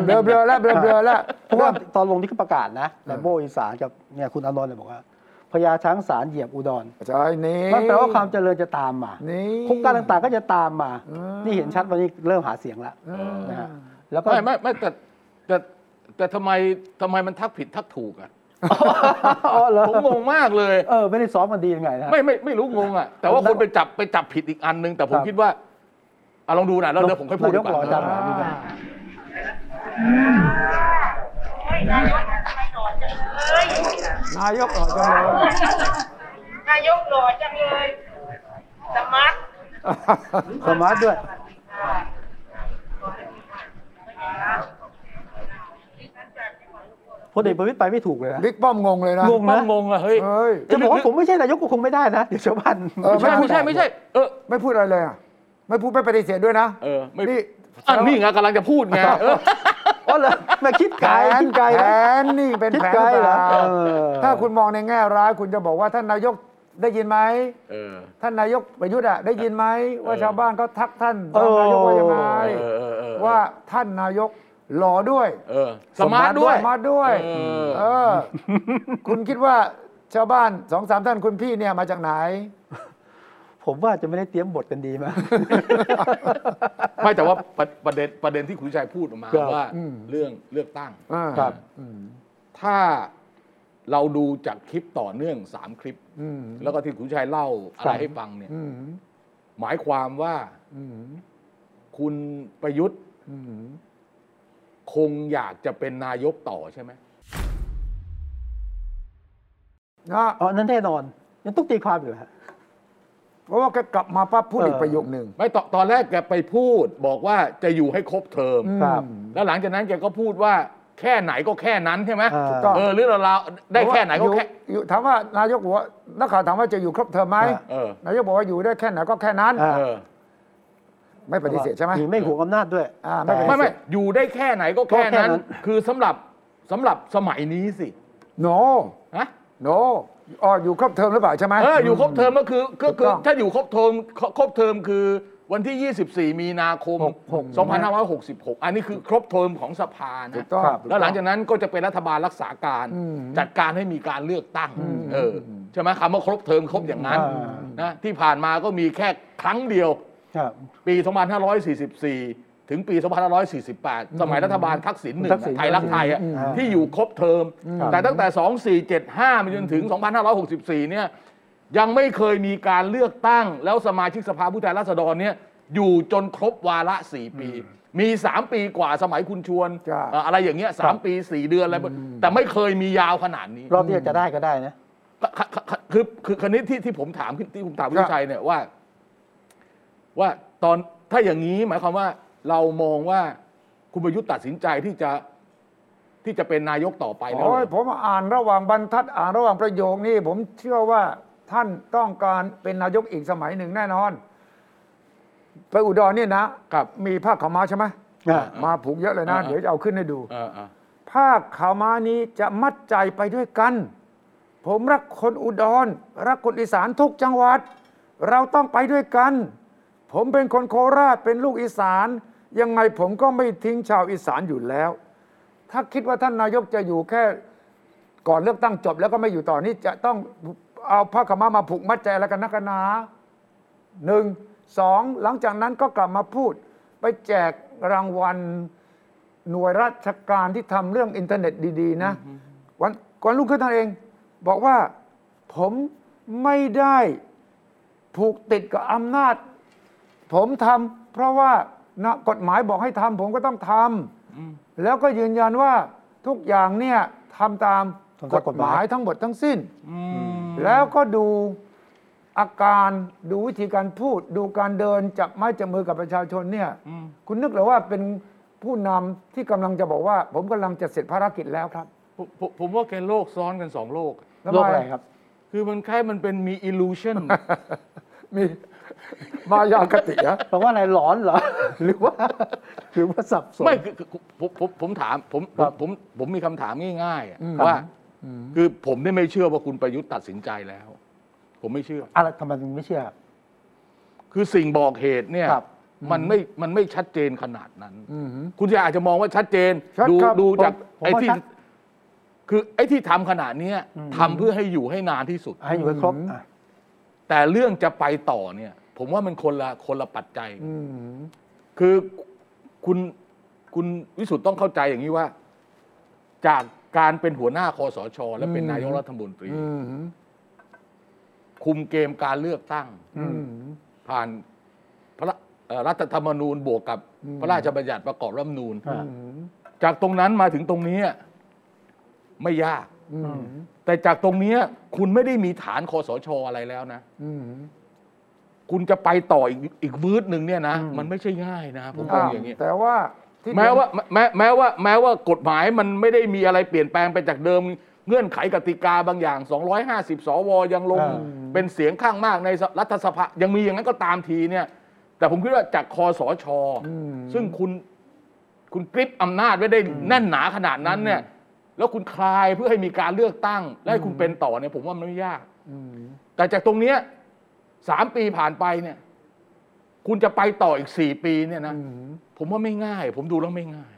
Speaker 3: เบลอๆแล้วเบลอๆแล้ว
Speaker 1: เพราะว่าตอนลงนี่ก็ประกาศนะแลมโบอีสานกับเนี่ยคุณอานนท์เนี่ยบอกว่าพญาช้างสารเหยียบอุดร
Speaker 3: ใช่นี่
Speaker 1: นั่นแปลว่าความเจริญจะตามมา
Speaker 3: นี่
Speaker 1: โครงการต่างๆก็จะตามมา
Speaker 3: อืม
Speaker 1: นี่เห็นชัดวันนี้เริ่มหาเสียงแล้ว
Speaker 3: อ่า
Speaker 1: นะฮะแล้วก็
Speaker 2: ไม่ไม่ไม่แต่แต่แต่ทำไมทำไมมันทักผิดทักถูกอ่ะ
Speaker 1: อ๋อเหรอ
Speaker 2: ผมงงมากเลย
Speaker 1: เออไม่ได้ซ้อมมันดียังไงนะฮะ
Speaker 2: ไม่ไม่ไม่รู้งงอ่ะ แต่ว่าคนไปจับไปจับผิดอีกอันนึง แต่ผม
Speaker 1: ครับ
Speaker 2: คิดว่าอ่ะลองดูนะแล้วเดี๋ยวผมค่อยพูดดี
Speaker 1: นาย
Speaker 2: ก
Speaker 1: กรออาจารย์
Speaker 2: ว่า
Speaker 3: นายกหล่อจังเลย
Speaker 7: นายกหล่อจังเลย สมาร์ท
Speaker 1: สมาร์ทด้วย พลเอกประวิตยไปไม่ถูกเลยนะ
Speaker 3: บิ๊กป้อมงงเลยนะ
Speaker 1: งง
Speaker 2: มันงงอ่ะเฮ้ย
Speaker 3: เฮ้ย
Speaker 1: จะบอกว่าผมไม่ใช่นายกก็คงไม่ได้นะ เดี๋ยวชาวบ้าน
Speaker 3: เออ
Speaker 2: ไม่ใช่ไม่ใช่ไม่ใช่ เออ
Speaker 3: ไม่พูดอะไรเลยอ่ะไม่พูดไม่ปฏิเสธด้วยนะ
Speaker 2: เออไม่
Speaker 3: นี่
Speaker 2: อันนี้ไงกำลังจะพูดไงเออ
Speaker 1: อ๋อเหรอมาคิด
Speaker 3: แผ
Speaker 1: ไกล
Speaker 3: น
Speaker 1: คิดไกล
Speaker 3: แผ
Speaker 1: นะ
Speaker 3: นนี่เป็น
Speaker 1: คิด
Speaker 3: แผน
Speaker 1: ไกลเหรอ
Speaker 3: เปล่า
Speaker 1: เออ
Speaker 3: ถ้าคุณมองในแง่ร้ายคุณจะบอกว่าท่านนายกได้ยินไหม
Speaker 2: เออ
Speaker 3: ท่านนายกประยุทธ์อะได้ยินไหมว่า
Speaker 2: เออ
Speaker 3: ชาวบ้านเขาทักท่านว่านายกว่ายังไง
Speaker 2: เออเออเออ
Speaker 3: ว่าท่านนายกหล่อด้วย
Speaker 2: เออสมาร์ทด้วย
Speaker 3: สมาร์ทด้วย
Speaker 2: เออ
Speaker 3: เออ คุณคิดว่าชาวบ้านสองสามท่านคุณพี่เนี่ยมาจากไหน
Speaker 1: ผมว่าจะไม่ได้เตรียมบทกันดีมาก
Speaker 2: ไม่แต่ว่าประประเด็นประเด็นที่คุณชัยพูดออกมา
Speaker 1: ครับ
Speaker 2: ว่า
Speaker 3: อืม
Speaker 2: เรื่องเลือกตั้ง
Speaker 3: อ่า
Speaker 1: ครับ
Speaker 3: อืม
Speaker 2: ถ้าเราดูจากคลิปต่อเนื่องสามคลิป
Speaker 3: อืม
Speaker 2: แล้วก็ที่คุณชัยเล่าอะไรให้ฟังเนี่ย
Speaker 3: อืม
Speaker 2: หมายความว่า
Speaker 3: อืม
Speaker 2: คุณประยุทธ์
Speaker 3: อืม
Speaker 2: คงอยากจะเป็นนายกต่อใช่ไหม
Speaker 3: นะ
Speaker 1: อ๋อนั่นแน่นอน ยังต้องตีความอยู่เหรอฮะ
Speaker 3: เพราะว่าแกกลับมาปั๊บพูดอีกประโยคหนึ่ง
Speaker 2: ไม่ตอนตอนแรกแกไปพูดบอกว่าจะอยู่ให้ครบเทอม
Speaker 1: ครับ
Speaker 2: แล้วหลังจากนั้นแกก็พูดว่าแค่ไหนก็แค่นั้นใช่ไหม
Speaker 1: อ่า
Speaker 3: ถูกต้อง
Speaker 2: เออหรือเราเราได้แค่ไหนก็แค่
Speaker 3: อยู่อยู่ถามว่านายกบอกว่านักข่าวถามว่าจะอยู่ครบเทอมไหม
Speaker 2: เออ
Speaker 3: นายกบอกว่าอยู่ได้แค่ไหนก็แค่นั้น
Speaker 1: อ่า
Speaker 2: เออ
Speaker 3: ไม่ปฏิเสธใช่ไหม
Speaker 1: ไม่ห่วงอำนาจด้วย
Speaker 3: อ่าไม่
Speaker 1: แต่
Speaker 3: เป็นร
Speaker 2: ไม่ไม่อยู่ได้แค่ไหนก็
Speaker 1: ก็
Speaker 2: แค่
Speaker 1: แค่นั้
Speaker 2: นั้น
Speaker 1: น
Speaker 2: คือสำหรับสำหรับสมัยนี้สิ
Speaker 3: no
Speaker 2: ฮะ
Speaker 3: no อ๋ออยู่ครบเทอมหรือเปล่าใช่ไหม
Speaker 2: เอออยู่ครบเทอมก็คือก็คือ
Speaker 3: ถูกต้อง
Speaker 2: ถ้าอยู่ครบเทอมครครบเทอมคือวันที่ 24 มีนาคม 2566 อันนี้คือครบเทอมของสภา
Speaker 3: ถู
Speaker 2: นะ
Speaker 3: กต้องครับ
Speaker 2: แล้วหลังจากนั้นก็จะเป็นรัฐบาลรักษาการ
Speaker 3: อืม
Speaker 2: จัดการให้มีการเลือกตั้งเออใช่ไหมคำว่าครบเทอมครบอย่างนั้น
Speaker 1: อ่าน
Speaker 2: นะที่ผ่านมาก็มีแค่ครั้งเดียว
Speaker 1: ครับ
Speaker 2: ปี 2544 ถึงปี 2548 สมัยรัฐบาลทักษิณหนึ่ง
Speaker 1: ทักษิณ
Speaker 2: ไทยรักไทยอะ
Speaker 1: อืม
Speaker 2: ที่อยู่ครบเทอม
Speaker 1: ครับ
Speaker 2: แต่ตั้งแต่ 2475มาจนถึง 2564 เนี่ยยังไม่เคยมีการเลือกตั้ง แล้วสมาชิกสภาผู้แทนราษฎรเนี่ยอยู่จนครบวาระ 4 ปี มี 3 ปีกว่าสมัยคุณชวน
Speaker 3: จ้ะ
Speaker 2: เอ่ออะไรอย่างเงี้ยสามปี 4 เดือนอะไรแต่ไม่เคยมียาวขนาดนี้
Speaker 1: รอบนี้จะได้ก็ได้นะ
Speaker 2: ก็คคคือคือคันนี้ที่ที่ผมถามที่ผมถาม
Speaker 3: ครั
Speaker 2: วิ
Speaker 3: บ
Speaker 2: ชัยเนี่ยว่า ว่าตอนถ้าอย่างนี้หมายความว่า เรามองว่าคุณประยุทธ์ตัดสินใจที่จะที่จะเป็นนายกต่อไปแล้ว
Speaker 3: โอ้ย
Speaker 2: เหรอ
Speaker 3: ผมอ่านระหว่างบรรทัดอ่านระหว่างประโยคนี่ผมเชื่อว่าท่านต้องการเป็นนายกอีกสมัยหนึ่งแน่นอน ไปอุดรเนี่ยนะมีผ้าขาวม้าใช่ไหม
Speaker 1: อ่า
Speaker 3: มาผูกเยอะเลยนะ เดี๋ยวจะเอาขึ้นให้ดู
Speaker 2: เออเออ
Speaker 3: ผ้าขาวม้านี้จะมัดใจไปด้วยกัน ผมรักคนอุดร รักคนอีสานทุกจังหวัด เราต้องไปด้วยกัน ผมเป็นคนโคราชเป็นลูกอีสาน ยังไงผมก็ไม่ทิ้งชาวอีสานอยู่แล้ว ถ้าคิดว่าท่านนายกจะอยู่แค่ก่อนเลือกตั้งจบ แล้วก็ไม่อยู่ต่อนี่จะต้องเอาผ้าขาวม้ามาผูกมัดใจแล้วกันนะกันนะหนึ่งสองหลังจากนั้นก็กลับมาพูด ไปแจกรางวัล หน่วยราชการที่ทำเรื่องอินเทอร์เน็ตดีๆ นะ วันก่อนลุกขึ้นท่านเอง บอกว่าผมไม่ได้ผูกติดกับอำนาจ ผมทำเพราะว่านะกฎหมายบอกให้ทำผมก็ต้องทำแล้วก็ยืนยันว่าทุกอย่างเนี่ยทำตาม
Speaker 1: ทำ
Speaker 3: ก
Speaker 1: ตาม
Speaker 3: ฎ
Speaker 1: กฎ
Speaker 3: ห
Speaker 1: หมาม
Speaker 3: าย ยทั้งหมดทั้งสิ้น แล้วก็ดูอาการดูวิธีการพูด ดูการเดินจับไม้จับมือกับประชาชนเนี่ย คุณนึกเหรือว่าเป็นผู้นำที่กำลังจะบอกว่า ผมกำลังจะเสร็จภารกิจแล้วครับ
Speaker 2: ผมผมผมว่าแกโลกซ้อนกันสองโลก
Speaker 3: แล้ว
Speaker 1: โลก
Speaker 3: มา
Speaker 1: อะไรครับ
Speaker 2: คือมันแค่มันเป็นมี illusion
Speaker 3: มี มายากตินะ
Speaker 1: แปลว่าอะไรหลอนเหรอ หรือว่า หรือว่าสับสน
Speaker 2: ไม่คือคือผมผมผมถามผมผ
Speaker 1: ครั
Speaker 2: ม
Speaker 1: บ
Speaker 2: ผมผมมีคำถามง่ายๆอะ
Speaker 3: อืม
Speaker 2: ว่า คือผมเนี่ยไม่เชื่อว่าคุณประยุทธ์ตัดสินใจแล้ว ผมไม่เชื่อ
Speaker 1: อะไรทำไมถึงไม่เชื่อ
Speaker 2: คือสิ่งบอกเหตุเนี่ย
Speaker 1: ครับ
Speaker 2: มันไม่มันไม่ชัดเจนขนาดนั้น
Speaker 3: อืม
Speaker 2: คุณจะอาจจะมองว่าชัดเจน
Speaker 3: ชัด
Speaker 2: ดู
Speaker 3: ครับ
Speaker 2: ดูจาก
Speaker 1: ผมผม
Speaker 2: ไอ้ที่
Speaker 1: ว่าชัด
Speaker 2: คือไอ้ที่ทำขนาดเนี้ยทำเพื่อให้อยู่ให้นานที่สุด
Speaker 1: ให้อยู่ให้ครบอ่ะ
Speaker 2: แต่เรื่องจะไปต่อเนี่ย ผมว่ามันคนละคนละปัจจัย
Speaker 3: อืม
Speaker 2: คือคุณคุณวิสุทธ์ต้องเข้าใจอย่างนี้ว่า จากการเป็นหัวหน้าคอสช และเป็น
Speaker 3: อืม
Speaker 2: นายกรัฐมนตรี
Speaker 3: อืม
Speaker 2: คุมเกมการเลือกตั้ง
Speaker 3: อืม
Speaker 2: ผ่านพระเอ่อรัฐธรรมนูญบวกกับ
Speaker 3: อืม
Speaker 2: พระราชบัญญัติประกอบรัฐธรรมนูญ
Speaker 1: อ่า
Speaker 3: อืม
Speaker 2: จากตรงนั้นมาถึงตรงนี้ไม่ยาก
Speaker 3: อืม
Speaker 2: แต่จากตรงนี้คุณไม่ได้มีฐานคอสชอะไรแล้วนะ
Speaker 3: อืม
Speaker 2: คุณจะไปต่ออีกอีกวืดหนึ่งเนี่ยนะ
Speaker 1: อืม
Speaker 2: มันไม่ใช่ง่ายนะ ผมบ
Speaker 3: อ้า
Speaker 2: อก
Speaker 3: ว
Speaker 2: อย่างนี้ย
Speaker 3: แต่ว่าที่
Speaker 2: แม้ว่าแม้แม้ว่าแม้ว่ากฎหมายมันไม่ได้มีอะไรเปลี่ยนแปลงไปจากเดิม เงื่อนไขกติกาบางอย่าง 250 สวยังลง
Speaker 1: อ่า
Speaker 2: เป็นเสียงข้างมากในรัฐสภายังมีอย่างนั้นก็ตามทีเนี่ย แต่ผมคิดว่าจากคอสช
Speaker 3: อืม
Speaker 2: ซึ่งคุณคุณกริปอำนาจไว้ได้แน่นหนาขนาดนั้นเนี่ย แล้วคุณคลายเพื่อให้มีการเลือกตั้ง และให้คุณเป็นต่อเนี่ย ผมว่ามันไม่ยาก
Speaker 3: อืม
Speaker 2: แต่จากตรงเนี้ยสามปีผ่านไปเนี่ย คุณจะไปต่ออีกสี่ปีเนี่ยนะ
Speaker 3: อืม
Speaker 2: ผมว่าไม่ง่าย ผมดูแล้วไม่ง่าย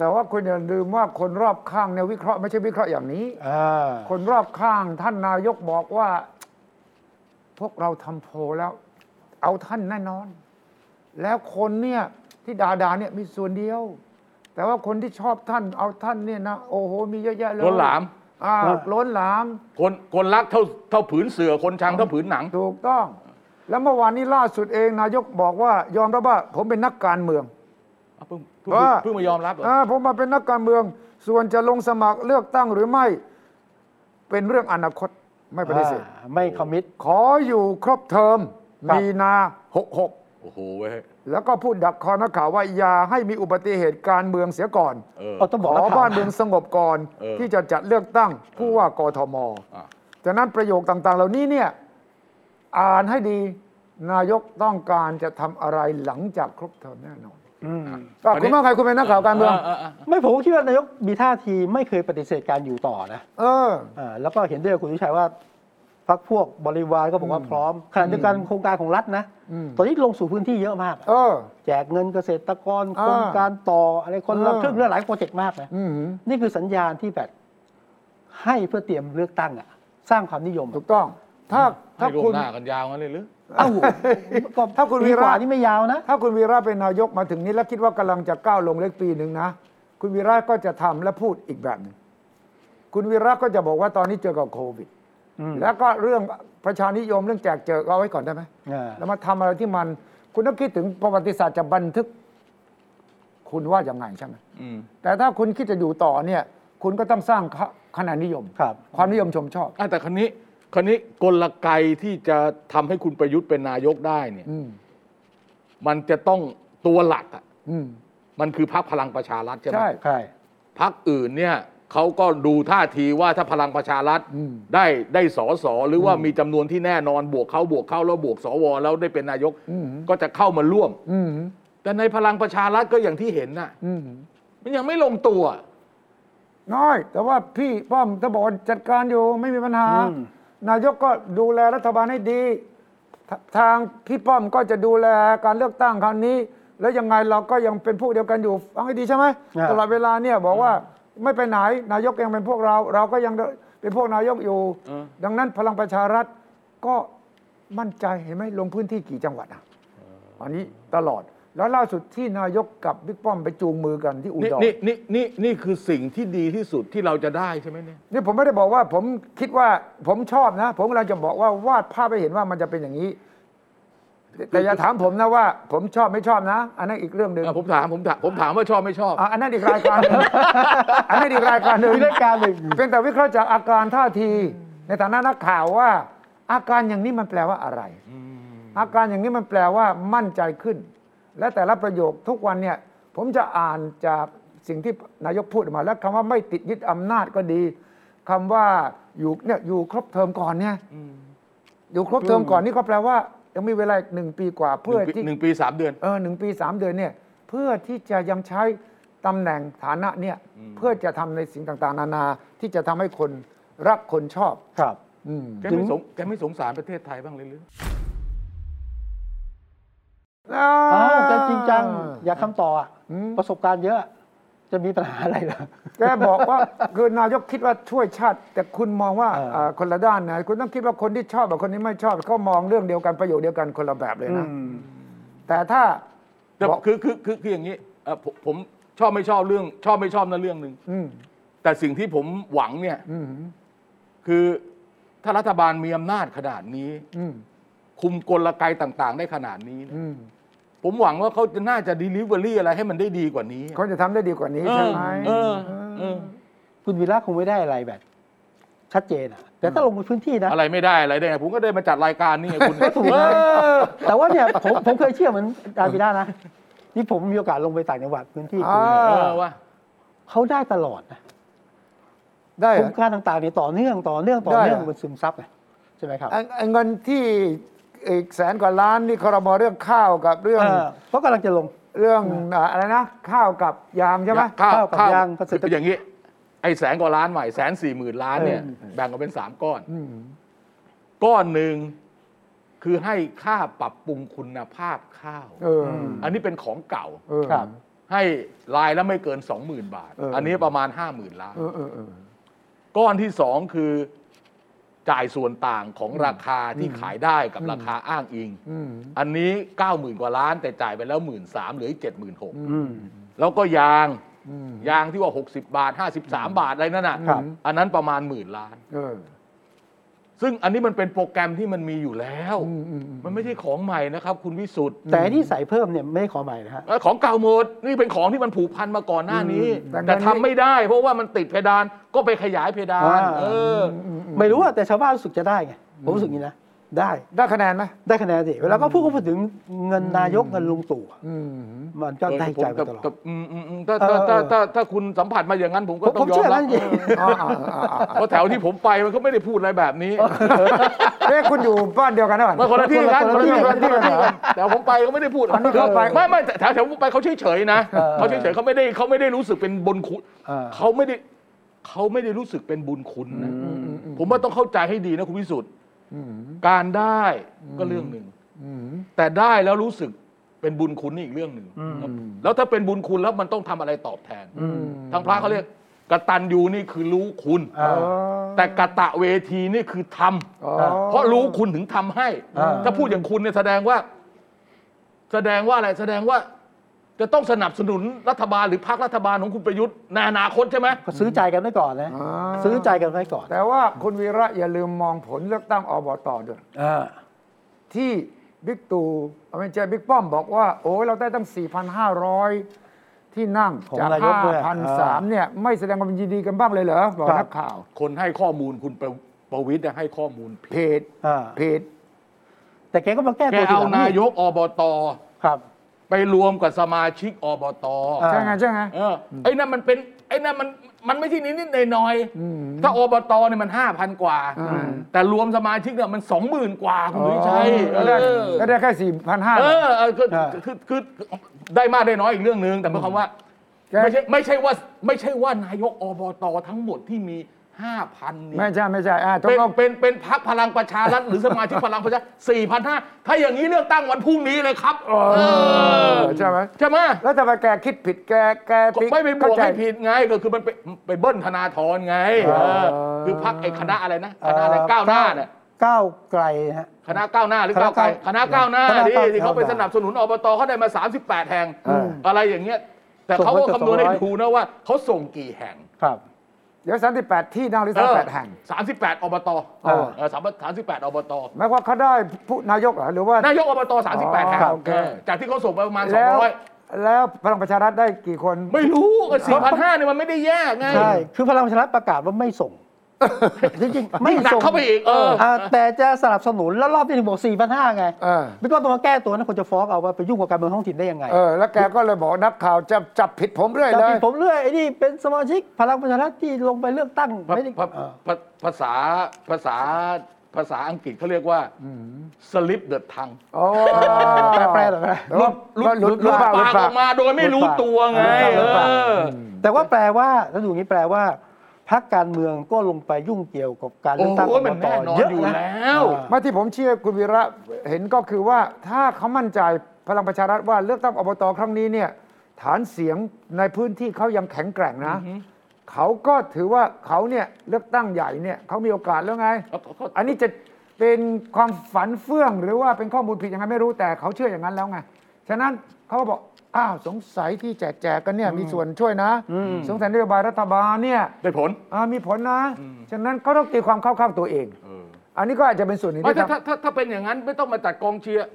Speaker 3: แต่ว่าคุณอย่าลืมว่าคนรอบข้างเนี่ยวิเคราะห์ไม่ใช่วิเคราะห์อย่างนี้
Speaker 1: อ่า
Speaker 3: คนรอบข้างท่านนายกบอกว่า พวกเราทำโพลแล้ว เอาท่านแน่นอน แล้วคนเนี่ยที่ด่าๆเนี่ยมีส่วนเดียว แต่ว่าคนที่ชอบท่านเอาท่านเนี่ยนะโอ้โหมีเยอะแยะเลย
Speaker 2: ล้นหลาม
Speaker 3: อ่า
Speaker 1: อ่า
Speaker 3: ล้นหลาม
Speaker 2: คนคนรักเท่าเท่าผืนเสือคนชังเท่าผืนหนัง
Speaker 3: ถูกต้อง แล้วเมื่อวานนี้ล่าสุดเองนายกบอกว่ายอมรับว่า ผมเป็นนักการเมือง
Speaker 2: อ่ะเพิ่งเพิ่งเพิ่งมายอมรับเหรอ
Speaker 3: อ่าผมมาเป็นนักการเมือง ส่วนจะลงสมัครเลือกตั้งหรือไม่ เป็นเรื่องอนาคต ไม่ปฏิเสธ
Speaker 1: อ่าไม่คอมมิต
Speaker 3: ขออยู่ครบเทอม
Speaker 1: ครับ
Speaker 3: มีนา
Speaker 2: โอ้โหเว้ย
Speaker 3: 66 แล้วก็พูดดักคอนักข่าวว่าอย่าให้มีอุบัติเหตุการเมืองเสียก่อน
Speaker 2: เออ
Speaker 1: เอาต้อง
Speaker 3: ข
Speaker 1: บอก
Speaker 3: อ
Speaker 1: นักข่ว
Speaker 3: บ้านเมืองสงบก่อน
Speaker 2: เออ
Speaker 3: ที่จะจัดเลือกตั้งผู้ว่ากทม
Speaker 2: อ่ะ
Speaker 3: จากนั้นประโยคต่างๆ เหล่านี้เนี่ยอ่านให้ดีนายกต้องการจะทำอะไรหลังจากครบเทอมแน่นอนอ่ะคุณว่าไงคุณเป็นนักข่าวการเมือง
Speaker 2: เออเออเออ
Speaker 1: ไม่ผมก็คิดว่านายกมีท่าทีไม่เคยปฏิเสธการอยู่ต่อนะ
Speaker 3: เออ
Speaker 1: อ่าแล้วก็เห็นด้วยกับคุณวิชัยว่าพรรคพวกบริวารก็บอกว่าพร้อมขณะเดียวกันโครงการของรัฐนะ
Speaker 3: อืม
Speaker 1: ตอนนี้ลงสู่พื้นที่เยอะมาก
Speaker 3: เออ
Speaker 1: แจกเงินเกษตรกรโค
Speaker 3: อ่า
Speaker 1: รงการต่ออะไรคนละ
Speaker 3: อ่า
Speaker 1: ครึ่งเรื่องหลายโปรเจกต์มากนะ
Speaker 3: อืม
Speaker 1: นี่คือสัญญาณที่แบบให้เพื่อเตรียมเลือกตั้งอะสร้างความนิยม
Speaker 3: ถูกต้อง ถ้า
Speaker 2: ให้
Speaker 3: ถ้าร
Speaker 2: ว
Speaker 3: คุ
Speaker 2: ม
Speaker 3: ณ
Speaker 2: หน้ากันยาวงั้นเลยหรือ
Speaker 1: เอ้าก็
Speaker 3: ถ้าคุณ
Speaker 1: ปี
Speaker 3: วี
Speaker 1: ก
Speaker 3: ระ
Speaker 1: ว่านี่ไม่ยาวนะ
Speaker 3: ถ้าคุณวีระเป็นนายกมาถึงนี้แล้วคิดว่ากำลังจะก้าวลงเล็กปีหนึ่งนะ คุณวีระก็จะทำและพูดอีกแบบหนึ่งคุณวีระก็จะบอกว่าตอนนี้เจอกับโควิด
Speaker 1: อืม
Speaker 3: แล้วก็เรื่องประชานิยมเรื่องแจกเจอเอาไว้ก่อนได้ไหม
Speaker 1: อ่า
Speaker 3: แล้วมาทำอะไรที่มัน คุณต้องคิดถึงประวัติศาสตร์จะบันทึก คุณว่าอย่างไงใช่ไหม
Speaker 2: อืม
Speaker 3: แต่ถ้าคุณคิดจะอยู่ต่อเนี่ย คุณก็ต้องสร้างคะคะแนนนิยม
Speaker 1: ครับ
Speaker 3: ความนิยมชมชอบ
Speaker 2: อ่ะแต่คนนี้คนนี้กลไกที่จะทำให้คุณประยุทธ์เป็นนายกได้เนี่ย
Speaker 3: อืม
Speaker 2: มันจะต้องตัวหลักอะ
Speaker 3: อืม
Speaker 2: มันคือพักพลังประชารัฐใช่ไหม
Speaker 3: ใช่
Speaker 1: ใช่
Speaker 2: พักอื่นเนี่ยเขาก็ดูท่าทีว่าถ้าพลังประชารัฐ
Speaker 3: อืม
Speaker 2: ได้ได้สอสอหรือว่ามีจำนวนที่แน่นอนบวกเขาบวกเข้าแล้วบวกสวแล้วได้เป็นนายกก็จะเข้ามาร่วม
Speaker 3: อืม
Speaker 2: แต่ในพลังประชารัฐก็อย่างที่เห็นน่ะ
Speaker 3: อืม
Speaker 2: มันยังไม่ลงตัว
Speaker 3: น้อย แต่ว่าพี่ป้อมถ้าบอกว่าจัดการอยู่ไม่มีปัญหา
Speaker 1: อืม
Speaker 3: นายกก็ดูแลรัฐบาลให้ดีททางพี่ป้อมก็จะดูแลการเลือกตั้งครั้งนี้ แล้วยังไงเราก็ยังเป็นพวกเดียวกันอยู่ฟังให้ดีใช่ไหม
Speaker 1: อ่า
Speaker 3: ตลอดเวลาเนี่ยบอกว่าไม่ไปไหน นายกยังเป็นพวกเรา เราก็ยังเป็นพวกนายกอยู่
Speaker 2: เออ
Speaker 3: ดังนั้นพลังประชารัฐก็มั่นใจเห็นไหมลงพื้นที่กี่จังหวัดอ่ะอันนี้ตลอดแล้วล่าสุดที่นายกกับบิ๊กป้อมไปจูงมือกันที่อุ
Speaker 2: นี่
Speaker 3: ดร
Speaker 2: นี่นี่นี่นี่คือสิ่งที่ดีที่สุดที่เราจะได้ใช่ไหมเนี่ย
Speaker 3: นี่ผมไม่ได้บอกว่าผมคิดว่าผมชอบนะ ผมกำลังจะบอกว่าวาดภาพให้เห็นว่ามันจะเป็นอย่างนี้ แต่แต่อย่าถามผมนะว่า ผมชอบไม่ชอบนะ อันนั้นอีกเรื่องหนึ่ง
Speaker 2: อ่ะผมถามผมถามผมถามว่าชอบไม่ชอบ
Speaker 3: อ่ะอันนั้นอีกรายการหนึ่ง อันนั้นอีกรายการหนึ่ง
Speaker 1: มีรายการหนึ่ง
Speaker 3: เป็นแต่วิเคราะห์จากอาการท่าที ในฐานะนักข่าวว่า อาการอย่างนี้มันแปลว่าอะไร อาการอย่างนี้มันแปลว่ามั่นใจขึ้น และแต่ละประโยคทุกวันเนี่ย ผมจะอ่านจากสิ่งที่นายกพูดออกมา แล้วคำว่าไม่ติดยึดอำนาจก็ดีคำว่าอยู่เนี่ยอยู่ครบเทอมก่อนเนี่ยอยู่ครบเทอมก่อนนี่ก็แปลว่า ยังมีเวลาอีกหนึ่งปีกว่าเพื่อที่
Speaker 2: หนึ่งปีสามเดือน
Speaker 3: เออหนึ่งปีสามเดือนเนี่ยเพื่อที่จะยังใช้ตำแหน่งฐานะเนี่ยเพื่อจะทำในสิ่งต่างๆ นานาที่จะทำให้คนรักคนชอบ
Speaker 1: ครับ
Speaker 3: อืม
Speaker 2: แกไม่สงแกไม่สงสารประเทศไทยบ้างเลยหรือ
Speaker 1: อ้าวแกจริงจัง อยากทำต่ออะ
Speaker 3: อืม
Speaker 1: ประสบการณ์เยอะ จะมีปัญหาอะไรเหรอ
Speaker 3: แกบอกว่า คือนายกคิดว่าช่วยชาติ แต่คุณมองว่า
Speaker 1: เออ
Speaker 3: เอ่อคนละด้านนะคุณต้องคิดว่าคนที่ชอบกับคนที่ไม่ชอบเขามองเรื่องเดียวกันประโยคเดียวกันคนละแบบเลยนะ
Speaker 1: ม
Speaker 3: แต่ถ้า
Speaker 2: แต่
Speaker 3: บอก
Speaker 2: คือคือคือคืออย่างนี้เอ่อผมผมชอบไม่ชอบเรื่อง ชอบไม่ชอบนั่นเรื่องหนึ่ง
Speaker 3: อืม
Speaker 2: แต่สิ่งที่ผมหวังเนี่ย
Speaker 3: อืม
Speaker 2: คือถ้ารัฐบาลมีอำนาจขนาดนี้
Speaker 3: อืม
Speaker 2: คุมกลไกต่าง ๆ ได้ขนาดนี้เนี่ย
Speaker 3: อืม
Speaker 2: ผมหวังว่าเขาจะน่าจะด e ลิเวอรี่อะไรให้มันได้ดีกว่านี้
Speaker 3: เขาจะทำได้ดีกว่านี้
Speaker 2: เอ
Speaker 3: ใช่
Speaker 2: อ
Speaker 3: ไหม
Speaker 2: เออเออ
Speaker 1: คุณวีระคงไม่ได้อะไรแบบ ชัดเจนอะแต่ถ้าลงไปพื้นที่นะ
Speaker 2: อะไรไม่ได้อะไรได้ไงผมก็ได้มาจัดรายการนี่ไงคุณ
Speaker 1: ก็ถูกนะ แต่ว่าเนี่ยผมผมเคยเชื่อเหมือนอาร์บิด้านะ นี่ผมมีโอกาสลงไปต่างจังหวัดพื้นที่คุย
Speaker 2: เอ
Speaker 1: เนี่ย
Speaker 2: อว่า
Speaker 1: เขาได้ตลอดนะ
Speaker 3: ได้
Speaker 1: โค
Speaker 3: เหร
Speaker 1: ร
Speaker 3: อ
Speaker 1: งการต่างๆเนี่ยต่อเนื่องต่อเนื่องต่อเนื่อง
Speaker 3: ได้อะ
Speaker 1: มันซึมซับไงใช่ไหมครับ
Speaker 3: ไอ้ไอ้เงินที่อีกแสนกว่าล้านนี่ครมเรื่องข้าวกับเรื่อง
Speaker 1: เออเพราะกำลังจะลง
Speaker 3: เรื่องอ่าอะไรนะ ข้าวกับยามใช่ไหม
Speaker 2: ข้าว
Speaker 1: ข้าวกับ
Speaker 2: ข้าวย
Speaker 1: างเกษตรกร
Speaker 2: คืออย่างนี้ ไอ้แสนกว่าล้านใหม่แสนสี่หมื่นล้านเนี่ยแบ่งออกเป็นสามก้อน
Speaker 3: อืม
Speaker 2: ก้อนหนึ่งคือให้ค่าปรับปรุงคุณภาพข้าว
Speaker 3: เออ
Speaker 2: อันนี้เป็นของเก่า
Speaker 3: เออ
Speaker 1: ครับ
Speaker 2: ให้รายละไม่เกิน 20,000 บาท
Speaker 3: เอออั
Speaker 2: อันนี้ประมาณ 50,000 ล้าน
Speaker 3: เออเออเออ
Speaker 2: ก้อนที่สองคือจ่ายส่วนต่างของราคาที่ขายได้กับราคาอ้างอิง
Speaker 3: อืม
Speaker 2: อันนี้ 90,000 กว่าล้าน แต่จ่ายไปแล้ว 1 3ื่นสามเหลืออีกเจ็ดหมื่นหก
Speaker 1: อืม
Speaker 2: แล้วก็ยาง
Speaker 3: อืม
Speaker 2: ยางที่ว่า 60 บาท 53 บาทอะไรนั่นน่ะ
Speaker 1: ครับ
Speaker 2: อันนั้นประมาณหมื่นล้าน
Speaker 3: เออ
Speaker 2: ซึ่งอันนี้มันเป็นโปรแกรมที่มันมีอยู่แล้ว มันไม่ใช่ของใหม่นะครับ คุณวิสุทธ์
Speaker 1: แต่ที่ใส่เพิ่มเนี่ยไม่ได้ขอใหม่นะฮะ
Speaker 2: เอ่อของเก่าหมดนี่เป็นของที่มันผูกพันมาก่อนหน้านี้
Speaker 3: อืม
Speaker 2: แต่ทำไม่ได้ เพราะว่ามันติดเพดานก็ไปขยายเพดาน
Speaker 1: อ่า
Speaker 2: เอออ
Speaker 1: ไม่รู้อะแต่ชาวบ้านรู้สึกจะได้ไงผมรู้สึกอย่างนี้นะได้
Speaker 3: ได้คะแนนไหม
Speaker 1: ได้คะแนนสิเวลาก็พูดก็พูดถึงเงินนายกเงินลุงตู่อะ
Speaker 3: อืม
Speaker 1: มันก็ได้ใจมาตลอด
Speaker 2: แต่อืมอืมอืมถ้าถ้าถ้าถ้าถ้าคุณสัมผัสมาอย่างนั้นผมก็ต้
Speaker 1: ผ
Speaker 2: อ
Speaker 1: ม
Speaker 2: งยอ
Speaker 1: เชื่
Speaker 2: ม
Speaker 1: อ
Speaker 2: รั
Speaker 1: นั้
Speaker 2: บ
Speaker 1: นจริง
Speaker 2: เพราะแถวที่ผมไปมันก็ไม่ได้พูดอะไรแบบนี้
Speaker 3: เฮ้ยคุณอยู่บ้านเดียวกันนะวะ
Speaker 2: ไมันคนละที่กัน
Speaker 1: ค
Speaker 2: คน น
Speaker 1: ละ
Speaker 2: ละ
Speaker 1: ที่กัคนละที่
Speaker 2: ที่กัน นที่
Speaker 1: กั
Speaker 2: กัน น
Speaker 1: เหรอ
Speaker 2: แต่ผมไปก็ไม่ได้พูด
Speaker 3: อันนี้เข้าไป
Speaker 2: ไม่ไม่แต่แถวแถวผมไปเขาเฉยๆนะ
Speaker 1: เออ
Speaker 2: เขาเฉยๆเขาไม่ได้เขาไม่ได้รู้สึกเป็นบนคุณ
Speaker 1: เออ
Speaker 2: เขาไม่ได้เขาไม่ได้รู้สึกเป็นบุญคุณนะผมว่าต้องเข้าใจให้ดีนะคุณวิสุทธ์การได้ก็เรื่องหนึ่งแต่ได้แล้วรู้สึกเป็นบุญคุณนี่อีกเรื่องหนึ่งครับแล้วถ้าเป็นบุญคุณแล้วมันต้องทำอะไรตอบแทนทางพระเขาเรียกกตัญญูนี่คือรู้คุณ
Speaker 1: อ่า
Speaker 2: แต่กตะเวทีนี่คือทำ
Speaker 3: อ๋อ
Speaker 2: เพราะรู้คุณถึงทำให้
Speaker 1: อ่า
Speaker 2: ถ้าพูดอย่างคุณเนี่ยแสดงว่า แสดงว่าอะไร แสดงว่า จะต้องสนับสนุนรัฐบาลหรือพรรครัฐบาลของคุณประยุทธ์ในอนาคตใช่ไหม
Speaker 1: ก็ซื้อใจกันไว้ก่อนนะ
Speaker 3: อ่า
Speaker 1: ซื้อใจกันไว้ก่อน
Speaker 3: แต่ว่าคุณวีระอย่าลืมมองผลเลือกตั้งอบตด้วย
Speaker 1: อ่า
Speaker 3: ที่บิ๊กตู่เอาไม่ใช่บิ๊กป้อมบอกว่า โอ้ยเราได้ตั้ง 4,500 ที่นั่งจาก5,003เนี่ย ไม่แสดงความยินดีกันบ้างเลยเหรอบอกนักข่าว
Speaker 2: คนให้ข้อมูลคุณประประวิทย์ให้ข้อมูลผิด
Speaker 3: เพจ
Speaker 1: อ่า
Speaker 3: เพจ
Speaker 1: แต่แกก็มาแก้
Speaker 2: แก
Speaker 1: ตัวที
Speaker 2: เอา
Speaker 1: หลัง
Speaker 2: นายกอบต
Speaker 1: ครับ
Speaker 2: ไปรวมกับสมาชิกอบต
Speaker 1: อ่า
Speaker 3: ใช่ไงใช่ไง
Speaker 2: เออไอ้นั่นมันเป็นไอ้นั่นมันมันไม่ใช่นิดนิดๆหน่อย
Speaker 3: อืม
Speaker 2: ๆถ้าอบตเนี่ยมันห้าพันกว่า
Speaker 3: อืม
Speaker 2: แต่รวมสมาชิกเนี่ยมันสองหมื่นกว่าคุณวิชัย
Speaker 3: ก็ได้
Speaker 2: เออ
Speaker 3: ก็ได้แค่ 4,500
Speaker 2: เออเออคือ
Speaker 1: อ่า
Speaker 2: คือคือได้มากได้น้อยอีกเรื่องหนึ่งแต่หมายความว่า
Speaker 3: แก
Speaker 2: ไม่ใช่ไม่ใช่ว่าไม่ใช่ว่านายกอบตทั้งหมดที่มี 5,000เนี่
Speaker 3: ไม่
Speaker 2: ย
Speaker 3: ใช่ไม่ใช่อ่าตก
Speaker 2: เป็น
Speaker 3: ลง
Speaker 2: เป็นเป็นพักพลังประชารัฐหรือสมาชิกพลังประชาสี่พันห้าถ้าอย่างนี้เลือกตั้งวันพรุ่งนี้เลยครับเออ
Speaker 3: ใช่ไหม
Speaker 2: ใช่ไหม
Speaker 3: แล้วแต่ว่าแกคิดผิดแกแก
Speaker 2: ก็
Speaker 3: ติ
Speaker 2: ไม่ไปบว
Speaker 3: เข้าก ใจ
Speaker 2: ให้ผิดไงก็คือมันไปไปเบิ้ลธนาธรไงเออคือพักไอ้คณะอะไรนะคณะอะไรก้าวหน้าเนี่ย
Speaker 1: ก้าวไกลนะฮะ
Speaker 2: คณะก้าวหน้าหรือ
Speaker 1: คณะ
Speaker 2: ก้าวไกลค
Speaker 1: ก้าว
Speaker 2: ณะก้าวหน้า
Speaker 1: คณะ
Speaker 2: ที่
Speaker 1: ก้าว
Speaker 2: ที่เขาไป
Speaker 1: ก้าวห
Speaker 2: ส
Speaker 1: น้า
Speaker 2: นับสนุนอบตเขาได้มา 38 แห่ง
Speaker 3: อืม
Speaker 2: อะไรอย่างเงี้ย แต่
Speaker 1: ส่ง
Speaker 2: เขาก็
Speaker 1: มาเกือบ
Speaker 2: คำนวณให้
Speaker 1: สองร้อย
Speaker 2: ดูนะว่าเขาส่งกี่แห่ง
Speaker 1: ครับ
Speaker 3: เดี๋ยว38 ที่นั่งหรือ38แห่ง
Speaker 2: สามสิบแปดอบต
Speaker 1: เออ
Speaker 2: เออสามสามสิบแปดอบต
Speaker 3: หมายความเขาได้ผู้นายกเหรอหรือว่า
Speaker 2: นายกอบตสามสิบแปดแห่ง
Speaker 3: ครับ
Speaker 2: เออจากที่เขาส่งไปประมาณสอง
Speaker 3: แล้ว
Speaker 2: ร้อย
Speaker 3: แล้วพลังประชารัฐได้กี่คน
Speaker 2: ไม่รู้สี่พันห้าเนี่ยมันไม่ได้แย่ไง
Speaker 1: ใช่ คือพลังประชารัฐประกาศว่าไม่ ส่ง จริงๆ ไม่
Speaker 2: หนัก
Speaker 1: ส่ง
Speaker 2: เข้าไปอีกเออ
Speaker 1: าแต่จะสนับสนุนแล้วรอบที่หนึ่งบอกสี่พันห้าไง
Speaker 3: เออ
Speaker 1: ไม่ก็ต้องมาแก้ตัวนะคนจะฟ้องเอาว่าไปยุ่งกับการเมืองท้องถิ่นได้ยังไง
Speaker 3: เออ แล้วแกก็เลยบอกนักข่าวจะจับผิดผมเรื่อย
Speaker 1: แต่
Speaker 3: เล
Speaker 1: ที่
Speaker 3: ย
Speaker 1: ผมเลือกไอ้นี่เป็นสมาชิกพลังประชารัฐที่ลงไปเลือกตั้ง
Speaker 2: ภา
Speaker 1: ไม่ได้
Speaker 2: ภา
Speaker 1: เออ
Speaker 2: ภาภาษาภาษาภาษาอังกฤษเขาเรียกว่า slip the tongue
Speaker 3: โอ้
Speaker 1: แปลๆหน่อยแปล
Speaker 3: แต่ว่าหลุดหลุดหลุดปากหลุ
Speaker 2: ปา
Speaker 3: ด
Speaker 2: กอ
Speaker 3: ปาก
Speaker 2: อกมาโดยไม่รู้ตัวไง
Speaker 1: หลุดปาก
Speaker 2: เออ
Speaker 1: แต่ว่าแปลว่าแล้วดูอย่างนี้แปลว่าพรรคการเมืองก็ลงไปยุ่งเกี่ยวกับการเลือกตั้ง
Speaker 2: โอ้โหมันแน่นอน
Speaker 1: เยอะ
Speaker 2: อยู่
Speaker 1: นะ
Speaker 2: แล้ว
Speaker 1: อ่า
Speaker 3: มาที่ผมเชื่อคุณวีระเห็นก็คือว่าถ้าเขามั่นใจพลังประชารัฐว่าเลือกตั้งอบตครั้งนี้เนี่ย ฐานเสียงในพื้นที่เขายังแข็งแกร่งนะ เขาก็ถือว่าเขาเนี่ยเลือกตั้งใหญ่เนี่ยเขามีโอกาสแล้วไง
Speaker 2: เขาเขา
Speaker 3: อันนี้จะเป็นความฝันเฟื่องหรือว่าเป็นข้อมูลผิดยังไงไม่รู้แต่เขาเชื่ออย่างนั้นแล้วไง ฉะนั้นเขาก็บอก อ้าวสงสัยที่แจกแจกกันเนี่ยมีส่วนช่วยนะ สงสัยนโยบายรัฐบาลเนี่ย
Speaker 2: ได้ผล
Speaker 3: อ่ามีผลนะ ฉะนั้นเขาต้องตีความเข้าข้างตัวเอง อันนี้ก็อาจจะเป็นส่วนหนึ่ง
Speaker 2: ไม่
Speaker 3: ที่
Speaker 2: ถ้าถ้า
Speaker 3: ทำ
Speaker 2: ถ้าถ้าเป็นอย่างนั้นไม่ต้องมาจัดกองเชียร์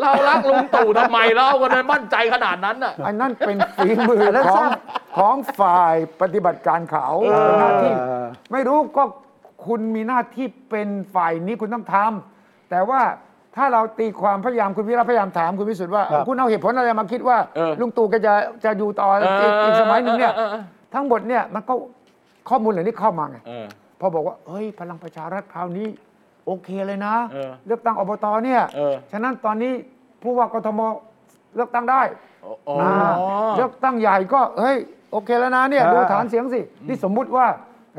Speaker 2: เรารักลุงตู่ทำไมเรากันเลยมั่นใจขนาดนั้นน่ะ
Speaker 3: อันนั้นเป็นฝีมือของของฝ่ายปฏิบัติการเขาเป็นหน้าที่
Speaker 1: เออ
Speaker 3: ไม่รู้ก็คุณมีหน้าที่เป็นฝ่ายนี้คุณต้องทำแต่ว่าถ้าเราตีความพยายามคุณวิระพยายามถามคุณวิสุทธ์ว่า
Speaker 1: ครับ
Speaker 3: คุณเอาเหตุผลอะไรมาคิดว่า
Speaker 2: เออ
Speaker 3: ลุงตู่แก็จะจะอยู่ต่ออีก
Speaker 2: เออ
Speaker 3: อีกสมัยหนึ่งเนี่ย
Speaker 2: เออเออเออ
Speaker 3: ทั้งหมดเนี่ยมันก็ข้อมูลเหล่านี้เข้ามาไง
Speaker 2: เออ
Speaker 3: พอบอกว่าเฮ้ยพลังประชารัฐคราวนี้ โอเคเลยนะ
Speaker 2: เออ
Speaker 3: อกตั้งอบตเนี่ย
Speaker 2: เออ
Speaker 3: ฉะนั้นตอนนี้ผู้ว่ากทมเลือกตั้งได้
Speaker 2: อ๋อ
Speaker 3: นะเลือกตั้งใหญ่ก็เฮ้ยโอเคแล้วนะเนี่ย
Speaker 1: เออ
Speaker 3: ดูฐานเสียงสินี่สมมุติว่า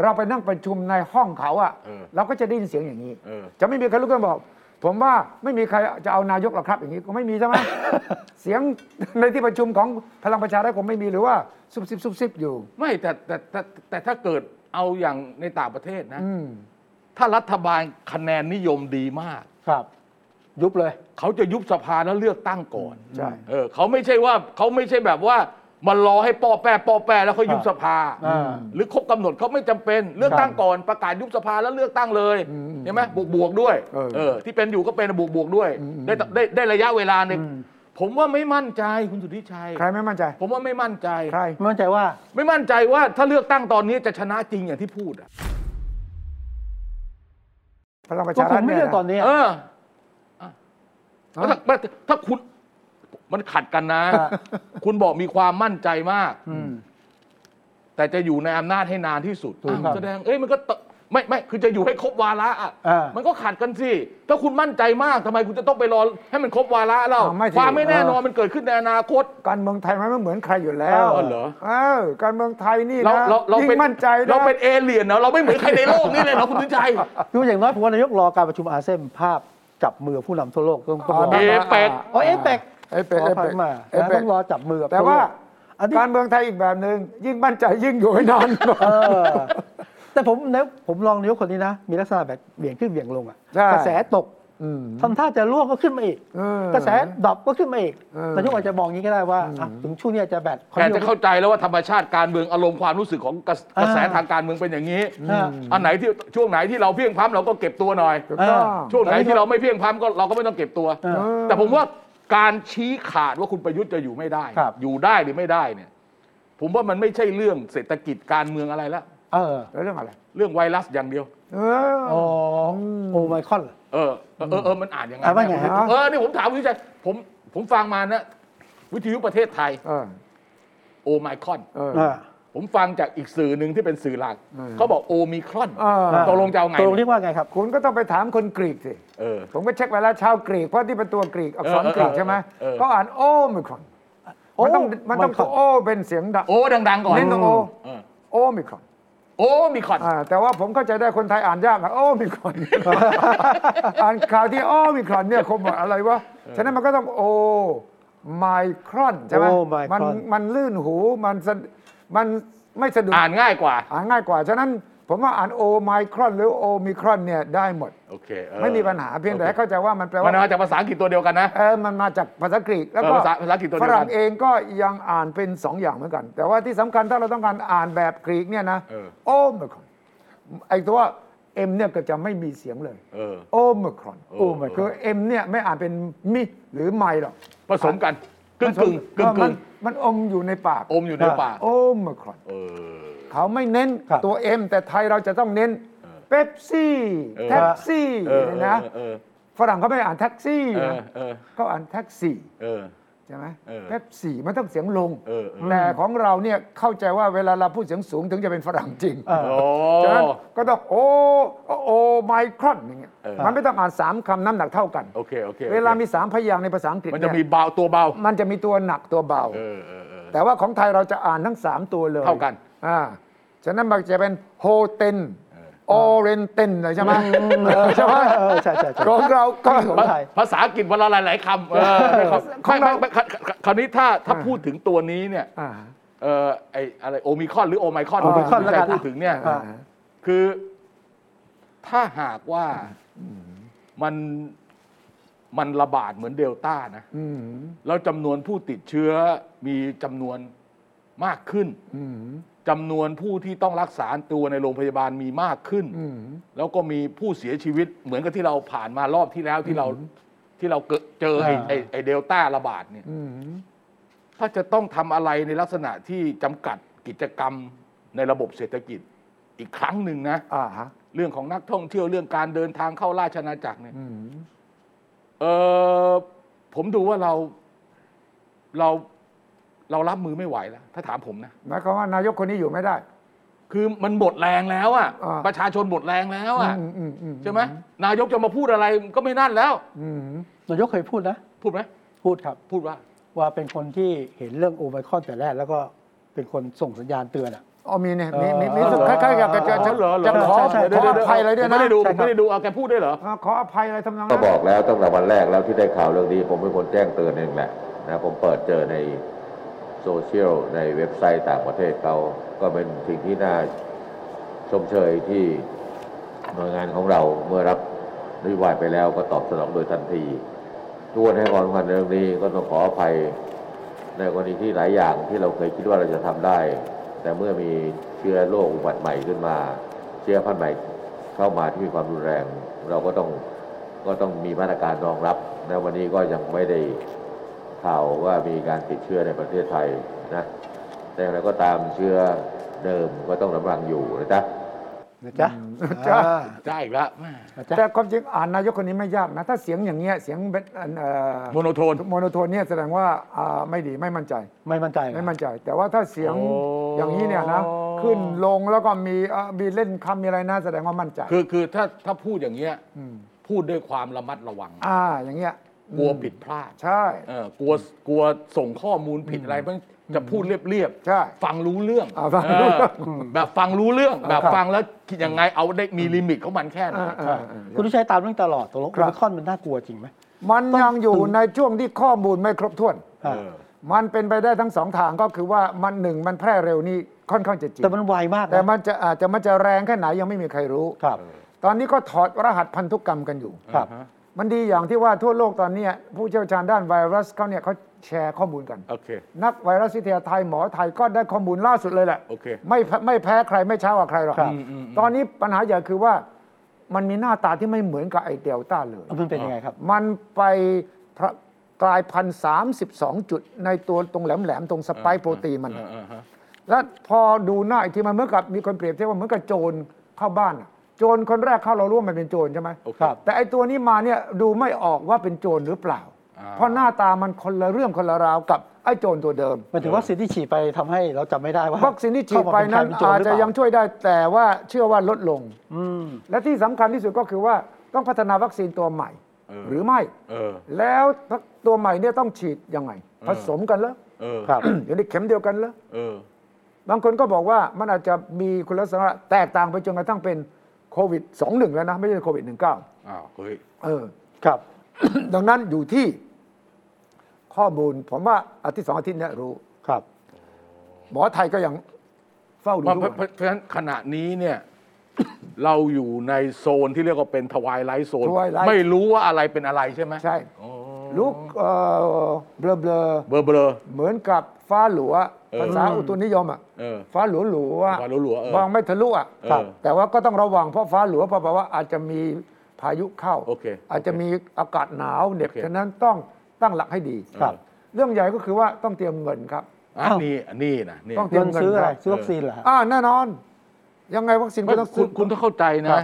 Speaker 3: เราไปนั่งประชุมในห้องเขาอะเราก็จะได้ยินเสียงอย่างนี้
Speaker 2: เออ
Speaker 3: จะไม่มีใครลุกขึ้นบอก ผมว่าไม่มีใครจะเอานายกหรอกครับอย่างนี้ก็ไม่มี ใช่ไหม เสียงในที่ประชุมของพลังประชารัฐคงไม่มีหรือว่าซุบซิบซุบซิบอยู่
Speaker 2: ไม่แต่แต่แต่แต่ถ้าเกิดเอาอย่างในต่างประเทศนะ
Speaker 3: อืม
Speaker 2: ถ้ารัฐบาลคะแนนนิยมดีมาก
Speaker 1: ครับ ยุบเลย
Speaker 2: เขาจะยุบสภาแล้วเลือกตั้งก่อน
Speaker 3: ใช่
Speaker 2: เออเขาไม่ใช่ว่าเขาไม่ใช่แบบว่า มันรอให้ป้อแป้ป้อแป้แล้วเขายุบสภา
Speaker 1: อ่า
Speaker 2: หรือครบกำหนดเขาไม่จำเป็นเลือกตั้งก่อนประกาศยุบสภาแล้วเลือกตั้งเลยใช่ไหมบวกบวกๆด้วย
Speaker 3: เออ
Speaker 2: เออที่เป็นอยู่ก็เป็นบวกบวกๆด้วย ได้ตได้ได้ระยะเวลาหนึ่งผมว่าไม่มั่นใจคุณสุทธิชัย
Speaker 3: ใครไม่มั่นใจ
Speaker 2: ผมว่าไม่มั่นใจ
Speaker 3: ใคร
Speaker 1: ไม่มั่นใจว่า
Speaker 2: ไม่มั่นใจว่าถ้าเลือกตั้งตอนนี้จะชนะจริงอย่างที่พูดอะ
Speaker 3: พลังประ
Speaker 1: ก็
Speaker 3: ชา
Speaker 1: คุ
Speaker 3: รัฐ
Speaker 1: ณไม่
Speaker 3: เนี่ย
Speaker 1: เลือก
Speaker 3: นะ
Speaker 1: ตอนนี้
Speaker 2: เอออ่ะแล้วถ้าถ้าถ้าคุณมันขัดกันนะ
Speaker 1: ฮะ
Speaker 2: คุณบอกมีความมั่นใจมาก
Speaker 1: อืม
Speaker 2: แต่จะอยู่ในอำนาจให้นานที่สุด
Speaker 1: ถูก
Speaker 2: อ้าว
Speaker 1: ครับ
Speaker 2: แสดง เอ้ยมันก็ตไม่ไม่คือจะอยู่ให้ครบวาระอะ
Speaker 1: อ่ามั
Speaker 2: มันก็ขัดกันสิ ถ้าคุณมั่นใจมากทำไมคุณจะต้องไปรอให้มันครบวาระเล่า
Speaker 3: อ้าวไม่สิ
Speaker 2: ความไม่แน่นอน
Speaker 1: เออ
Speaker 2: มันเกิดขึ้นในอนาคต
Speaker 3: การเมืองไทยมันไม่เหมือนใครอยู่แล้ว
Speaker 2: เออเหรอ
Speaker 3: เออการเมืองไทยนี่
Speaker 2: เรา
Speaker 3: นะ
Speaker 2: เราเรา
Speaker 3: ยิ่
Speaker 2: เป็น
Speaker 3: งมั่นใจนะ
Speaker 2: เราเป็นเอเลี่ยนเนาะเราไม่เหมือนใครในโลกนี้เลยเหรอคุณตุ้ยใจย
Speaker 1: ดูอย่างน้อยผมว่านายกรอการประชุมอาเซียนภาพจับมือผู้นำทั่วโลกต้องต้องรอ
Speaker 2: เอเปก
Speaker 1: โอ้เอเปก
Speaker 3: เอเปกเอเปก
Speaker 1: มา
Speaker 3: เอ
Speaker 1: นะ
Speaker 3: เป
Speaker 1: ต้
Speaker 3: ก
Speaker 1: องรอจับมือกับ
Speaker 3: แต่
Speaker 1: ทั่โลก
Speaker 3: ว่า
Speaker 1: อันนี้
Speaker 3: การเมืองไทยอีกแบบหนึ่งยิ่งมั่นใจยิ่งอยู่ให้ นาน
Speaker 1: เออแต่ผมนายกผมลองนายกคนนี้นะ มีลักษณะแบบเบี่ยงขึ้นเบี่ยงลงอะ
Speaker 3: ใช่
Speaker 1: กระแสตก
Speaker 3: อืม
Speaker 1: ทำท่าจะร่วงก็ขึ้นมาอีก
Speaker 3: เออก
Speaker 1: ระแสดรอปก็ขึ้นมาอีก
Speaker 3: เออ
Speaker 1: นายกอาจจะมองอย่างนี้ก็ได้ว่าอ่ะถึงช่วงนี้อาจจะแบบ
Speaker 2: แกจะเข้าใจแล้วว่าธรรมชาติการเมืองอารมณ์ความรู้สึกของกระกระแสทางการเมืองเป็นอย่างนี้
Speaker 1: อ่า
Speaker 2: อันไหนที่ช่วงไหนที่เราเพียงพล้ำเราก็เก็บตัวหน่อย
Speaker 3: ถูกต้อง
Speaker 1: เออ
Speaker 2: ช่วงไหนที่เราไม่เพียงพล้ำก็เราก็ไม่ต้องเก็บตัว
Speaker 1: เออ
Speaker 3: อ
Speaker 2: แต่ผมว่าการชี้ขาดว่าคุณประยุทธ์จะอยู่ไม่ได้
Speaker 1: ครับ
Speaker 2: อยู่ได้หรือไม่ได้เนี่ย ผมว่ามันไม่ใช่เรื่องเศรษฐกิจการเมืองอะไรแล้ว
Speaker 1: เออ
Speaker 3: แล้วเรื่องอะไร
Speaker 2: เรื่องไวรัสอย่างเดียว
Speaker 3: เออ
Speaker 1: อ๋อโอไมครอน
Speaker 2: เออเออเออเออมันอ่านยังไง
Speaker 1: อ่านว่าไงฮะ
Speaker 2: เออนี่ผมถามคุณวิชัยผมผมฟังมานะวิทยุประเทศไทย
Speaker 3: เออ
Speaker 2: โอไมคอน
Speaker 3: เออ
Speaker 1: อ่า
Speaker 2: ผมฟังจากอีกสื่อหนึ่งที่เป็นสื่อหลัก
Speaker 3: อืม
Speaker 2: เขาบอกโอมิครอน
Speaker 3: เออ
Speaker 1: อ่า
Speaker 2: ตกลงจะเอาไง
Speaker 1: ตกลงเรียกว่าไงครับ
Speaker 3: คุณก็ต้องไปถามคนกรีกสิ
Speaker 2: เออ
Speaker 3: ผมก็เช็คไปแล้วชาวกรีก เพราะที่เป็นตัวกรีกอักษร
Speaker 2: เออเออก
Speaker 3: รีกใช่ไหม
Speaker 2: เออ
Speaker 3: ก็อ่านโอ้มิครอนมันต้องมันต้องโอ้เป็นเสียงดัง
Speaker 2: โอดังๆก่อน
Speaker 3: เน้นตรงโอ
Speaker 2: เออ
Speaker 3: โอ้มิครอน
Speaker 2: โอมิครอน
Speaker 3: อ่าแต่ว่าผมเข้าใจได้คนไทยอ่านยากอะโอ้มิครอน อ่านข่าวที่โอ้มิครอนเนี่ยคงบอกอะไรวะฉะนั้นมันก็ต้องโอไมครอนใช่ไหม
Speaker 1: โอ้ Micron
Speaker 3: มันมันลื่นหูมันสะมันไม่สะดุด
Speaker 2: อ่านง่ายกว่า
Speaker 3: อ่านง่ายกว่า ฉะนั้นผมว่าอ่านโอไมครอนหรือโอมิครอนเนี่ยได้หมด
Speaker 2: โอเคเออ
Speaker 3: ไม่มีปัญหาเพียงแต่ให้เข้าใจว่ามันแปลว่า
Speaker 2: มันมาจากภาษาอังกฤษตัวเดียวกันนะ
Speaker 3: เออมันมาจากภาษากรีกแล้วก็
Speaker 2: เออภาษาภาษากรีกตัวเดียว
Speaker 3: ฝ
Speaker 2: กัน
Speaker 3: รั่งเองก็ยังอ่านเป็นสองอย่างเหมือนกัน แต่ว่าที่สำคัญถ้าเราต้องการอ่านแบบกรีกเนี่ยนะ
Speaker 2: เออ
Speaker 3: โอมครอนไอตัวเอ็มเนี่ยก็จะไม่มีเสียงเลย
Speaker 2: เออ
Speaker 3: โอมครอน
Speaker 2: โอ้ Omicron
Speaker 3: คือเอ็มเนี่ยไม่อ่านเป็นมิหรือไม่หรอก
Speaker 2: ผสมกันกึ่งกึ่งกึ่ง
Speaker 3: มั
Speaker 2: กึ่
Speaker 3: น
Speaker 2: ง
Speaker 3: มันอมอยู่ในปาก
Speaker 2: อมอยู่ในปาก
Speaker 3: โอมครอน
Speaker 2: เออ
Speaker 3: เขาไม่เน้น
Speaker 1: ครับ
Speaker 3: ตัวเอ็มแต่ไทยเราจะต้องเน้นเป๊ปซี่
Speaker 2: เออ
Speaker 3: แท็กซี่
Speaker 2: เออ
Speaker 3: เนี่ยนะ
Speaker 2: เออ
Speaker 3: ฝรั่งเขาไม่อ่านแท็กซี่
Speaker 2: เออ
Speaker 3: นะ
Speaker 2: เออ
Speaker 3: เขาอ่านแท็กซี่
Speaker 2: เออ
Speaker 3: ใช่ไหม
Speaker 2: เออ
Speaker 3: เป๊ปซี่มันต้องเสียงลง
Speaker 2: เออเออ
Speaker 3: แต่ของเราเนี่ยเข้าใจว่าเวลาเราพูดเสียงสูงถึงจะเป็นฝรั่งจริง
Speaker 1: เออ
Speaker 2: โอ้
Speaker 3: ฉะนั้นก็ต้องโอโอโอไมครอนอย่างเงี้ย
Speaker 2: เออ
Speaker 3: มันไม่ต้องอ่านสามคำน้ำหนักเท่ากัน
Speaker 2: โอเคโอเค
Speaker 3: เวลามีสามพยางค์ในภาษาอังกฤษ
Speaker 2: มันจะมี
Speaker 3: เย
Speaker 2: เบาตัวเบา
Speaker 3: มันจะมีตัวหนักตัวเบา
Speaker 2: เออเออเออ
Speaker 3: แต่ว่าของไทยเราจะอ่านทั้งสามตัวเลย
Speaker 2: เท่ากัน
Speaker 3: อ่าฉะนั้นมันจะเป็นโฮเทนออเรนเทนเลยใช่ไหมเออใช่ไหม
Speaker 1: เออใช่ใช่ใช่
Speaker 3: ของเราก็
Speaker 1: ของไทย
Speaker 2: ภาษาอังกฤษวันละหลาย ๆคำเออไม่เข้าไม่ไม่ไม่คราวนี้ถ้าถ้าพูดถึงตัวนี้เนี่ย
Speaker 3: อ่า
Speaker 2: เอ่อไออะไรโอมิคอนหรือโอไมคอน
Speaker 1: โอไมครอน
Speaker 2: ที่
Speaker 1: แล้วกัน
Speaker 2: พูดถึงเนี่ย
Speaker 1: อ่า
Speaker 2: คือ ถ้าหากว่ามันมันระบาดเหมือนเดลต้านะ
Speaker 3: อืม
Speaker 2: แล้วจำนวนผู้ติดเชื้อมีจำนวนมากขึ้น
Speaker 3: อืม
Speaker 2: จำนวนผู้ที่ต้องรักษาตัวในโรงพยาบาลมีมากขึ้น
Speaker 3: อืม
Speaker 2: แล้วก็มีผู้เสียชีวิตเหมือนกับที่เราผ่านมารอบที่แล้วที่เราที่เราเกิดเจอไอ้ไอ้ไอ้เดลต้าระบาดเนี่ย
Speaker 3: อืม
Speaker 2: ถ้าจะต้องทำอะไรในลักษณะที่จำกัดกิจกรรมในระบบเศรษฐกิจอีกครั้งหนึ่งนะ
Speaker 3: อ่าฮะ
Speaker 2: เรื่องของนักท่องเที่ยวเรื่องการเดินทางเข้าราชอาณาจักรเนี่ย
Speaker 3: อืม
Speaker 2: เออผมดูว่าเราเราเรารับมือไม่ไหวแล้ว ถ้าถามผมนะ
Speaker 3: หมายความว่านายกคนนี้อยู่ไม่ได้
Speaker 2: คือมันหมดแรงแล้วอะ
Speaker 3: อ่า
Speaker 2: ประชาชนหมดแรงแล้วอะ
Speaker 3: อืมอืมอืม
Speaker 2: ใช่ไหมนายกจะมาพูดอะไรก็ไม่นั่นแล้ว
Speaker 3: อืม
Speaker 1: นายกเคยพูดนะ
Speaker 2: พูดไหม
Speaker 1: พูดครับ
Speaker 2: พูดว่า
Speaker 1: ว่าเป็นคนที่เห็นเรื่องโอไมครอนแต่แรก แล้วก็เป็นคนส่งสัญญาณเตือนอ่ะ
Speaker 3: อ๋อมีเนี่ยมี
Speaker 1: เออ
Speaker 3: มีมีสุด
Speaker 1: เออ
Speaker 3: คล้ายๆกับจะจะ
Speaker 2: อ๋อเหรอเหรอ
Speaker 3: จะขอ
Speaker 1: ใช่ใช่
Speaker 3: ขออภัยอะไรด้วย
Speaker 2: ผม
Speaker 3: นะ
Speaker 2: ไม่ได้ดูผม
Speaker 1: ใช่ครับ
Speaker 2: ไม่ได้ดูเอาแกพูดได้วยเหรอ
Speaker 3: เออขออภัยอะไรทำนอง
Speaker 8: ก็
Speaker 3: นั้น
Speaker 8: บอกแล้วตั้งแต่วันแรกแล้วที่ได้ข่าวเรื่องนี้ ผมเป็นคนแจ้งเตือนเองแหละนะผมเปิดเจอในโซเชียลในเว็บไซต์ต่างประเทศเขาก็เป็นสิ่งที่น่าชมเชยที่หน่วยงานของเราเมื่อรับนโยบายไปแล้วก็ตอบสนองโดยทันทีทุกคนให้ความสำคัญในเรื่องนี้ก็ต้องขออภัยใน ในกรณีที่หลายอย่างที่เราเคยคิดว่าเราจะทำได้ แต่เมื่อมีเชื้อโรคอุบัติใหม่ขึ้นมา เชื้อพันธุ์ใหม่เข้ามาที่มีความรุนแรง เราก็ต้องก็ต้องมีมาตรการรองรับนะวันนี้ก็ยังไม่ได้ข่าวว่ามีการติดเชื้อในประเทศไทยนะแต่อย่างไรก็ตามเชื้อเดิมก็ต้องระวังอยู่นะจ๊ะ
Speaker 1: นะจ๊ะ
Speaker 3: จ๊ะ
Speaker 1: อ่า
Speaker 2: ได้อีกแล้วแม่
Speaker 1: นะจ๊ะ
Speaker 3: แต่ความจริงอ่านนายกคนนี้ไม่ยากนะ ถ้าเสียงอย่างเงี้ยเสียงเป็นเอ่อ
Speaker 2: โมโนโทน
Speaker 3: โมโนโทนเนี่ยแสดงว่าอ่าไม่ดีไม่มั่นใจ
Speaker 1: ไม่มั่นใจเหรอ
Speaker 3: ไม่มั่นใจ แต่ว่าถ้าเสียง
Speaker 2: โอ้
Speaker 3: อย่างนี้เนี่ยนะขึ้นลงแล้วก็มีเอ่อมีเล่นคำมีอะไรนะแสดงว่ามั่นใจ
Speaker 2: คือคือถ้าถ้าพูดอย่างเงี้ย
Speaker 3: ม
Speaker 2: พูดด้วยความระมัดระวัง
Speaker 3: อ่าอย่างเงี้ย
Speaker 2: กลัวผิดพลาด
Speaker 3: ใช่
Speaker 2: เออกลัวกลัวส่งข้อมูลผิดอะไรเพราะฉะนั้นจะพูดเรียบ
Speaker 3: ใช่
Speaker 2: ฟังรู้เรื่อง
Speaker 3: อ่าฟังรู้เรื่อง
Speaker 2: เออแบบฟังรู้เรื่องแบบ
Speaker 3: ครับ
Speaker 2: ฟังแล้วคิดยังไงเอาได้มีลิมิตของมันแค่ไหน
Speaker 3: อ่าอ่าอ่า
Speaker 1: คุณทิชัยตามเรื่องตลอดตกลง
Speaker 3: ค
Speaker 1: โอ
Speaker 3: รับ
Speaker 1: มิครอนมันน่ากลัวจริงไหม
Speaker 3: มันยังอยู่ในช่วงที่ข้อมูลไม่ครบถ้วน
Speaker 1: อ่า
Speaker 3: มันเป็นไปได้ทั้งสองทางก็คือว่ามันหนึ่งมันแพร่เร็วนี่ค่อนข้างจะจริง
Speaker 1: แต่มันไวมากนะ
Speaker 3: แต่มันจะอาจจะมันจะแรงแค่ไหนยังไม่มีใครรู้
Speaker 1: ครับ
Speaker 3: ตอนนี้ก็ถอดรหัสพันธุกรรมกันอยู่
Speaker 1: ครับ
Speaker 3: มันดีอย่างที่ว่าทั่วโลกตอนเนี้ยผู้เชี่ยวชาญด้านไวรัสเขาเนี่ยเขาแชร์ข้อมูลกัน
Speaker 2: โอเค
Speaker 3: นักไวรัสวิทยาไทยหมอไทยก็ได้ข้อมูลล่าสุดเลยแหละ
Speaker 2: โอเค
Speaker 3: ไม่แพ้ไม่แพ้ใครไม่ช้ากว่าใครหรอก
Speaker 1: ครับ
Speaker 3: ตอนนี้ปัญหาใหญ่คือว่ามันมีหน้าตาที่ไม่เหมือนกับไอเดลต้าเลย
Speaker 1: มันเป็นยังไงครับ
Speaker 3: มันไปพระกลายพันสามสิบสองจุดในตัวตรงแหลมๆ ตรงสไปค์โปรตีนมัน
Speaker 2: อ่าฮะ
Speaker 3: แล้วพอดูหน้าอีกทีมันเหมือนกับมีคนเปรียบเทียบว่าเหมือนกับโจรเข้าบ้านอะโจรคนแรกเข้าเรารู้ว่ามันเป็นโจรใช่ไหม
Speaker 2: โอเค
Speaker 3: ครับแต่ไอตัวนี้มาเนี่ยดูไม่ออกว่าเป็นโจรหรือเปล่า
Speaker 2: อ่า
Speaker 3: เพราะหน้าตามันคนละเรื่องคนละราวกับไอโจรตัวเดิม
Speaker 1: มันถึงวัคซีนที่ฉีดไปทำให้เราจำไม่ได้ว่า
Speaker 3: วัคซีนที่ฉีดไปนั้น
Speaker 1: เข้ม
Speaker 3: อา
Speaker 1: เป็ใครเป็นโร
Speaker 3: จ
Speaker 1: หรืเป
Speaker 3: จะ
Speaker 1: ล่
Speaker 3: ยังช่วยได้แต่ว่าเชื่อว่าลดลง
Speaker 1: อืม
Speaker 3: และที่สำคัญที่สุดก็คือว่าต้องพัฒนาวัคซีนตัวใหม่
Speaker 2: เออ
Speaker 3: หรือไม่
Speaker 2: เออ
Speaker 3: แล้วตัวใหม่เนี่ยต้องฉีดยังไง ผสมกันแล้ว
Speaker 2: เออ
Speaker 1: ครับ
Speaker 3: อยู่ในเข็มเดียวกันแล้ว
Speaker 2: เออ
Speaker 3: บางคนก็บอกว่ามันอาจจะมีคุณลักษณะแตกต่างไปจนกระทั่งเป็นโควิด 21 แล้วนะ ไม่ใช่โควิด 19
Speaker 2: อ้าวเฮ้ย
Speaker 3: เออ
Speaker 1: ครับ
Speaker 3: ดังนั้นอยู่ที่ข้อมูล ผมว่าอาทิตย์สองอาทิตย์เนี้รู้
Speaker 1: ครับ
Speaker 3: หมอไทยก็ยังเฝ้าดู
Speaker 2: เพราะ
Speaker 3: ทุก
Speaker 2: เพราะเพราะเพ
Speaker 3: วัน
Speaker 2: ราะฉะนั้นขณะนี้เนี่ย เราอยู่ในโซนที่เรียกว่าเป็นทวายไลท์โซน
Speaker 3: Twilight
Speaker 2: ไม่รู้ว่าอะไรเป็นอะไรใช่ไหม
Speaker 3: ใช่ ลูกเออเบลอเบลอ
Speaker 2: เบลอเบลอ
Speaker 3: เหมือนกับฟ้าหลัว
Speaker 2: เออ
Speaker 3: ภาษาอุตุนิยมอ่ะ
Speaker 2: เออ
Speaker 3: ฟ้าหลัวหลัว
Speaker 2: ฟ้าหลัวๆเออ
Speaker 3: มองไม่ทะลุอ่ะ
Speaker 2: ครับ
Speaker 3: แต่ว่าก็ต้องระวังเพราะฟ้าหลัวเพราะว่าอาจจะมีพายุเข้า
Speaker 2: โอเค
Speaker 3: อาจจะมีอากาศหนาวเหน็บ
Speaker 2: โอเค
Speaker 3: ฉะนั้นต้องตั้งหลักให้ดี
Speaker 2: ครับ
Speaker 3: เรื่องใหญ่ก็คือว่าต้องเตรียมเงินครับ
Speaker 2: อ่ะ
Speaker 1: อ้าว
Speaker 2: นี่นี่นะนี่
Speaker 3: ต้อง
Speaker 1: เงินซื้ออะไร
Speaker 3: เงินครับ
Speaker 1: ซื้อวัคซีนเหรอฮะ
Speaker 3: อ่าแน่นอน ยังไงวัคซีน
Speaker 2: ไม่
Speaker 3: ก็ต้อง
Speaker 2: คุ
Speaker 3: ซื้
Speaker 2: ณ
Speaker 3: อ
Speaker 2: คุณต้องเข้าใจ
Speaker 3: ครั
Speaker 2: นะ
Speaker 3: บ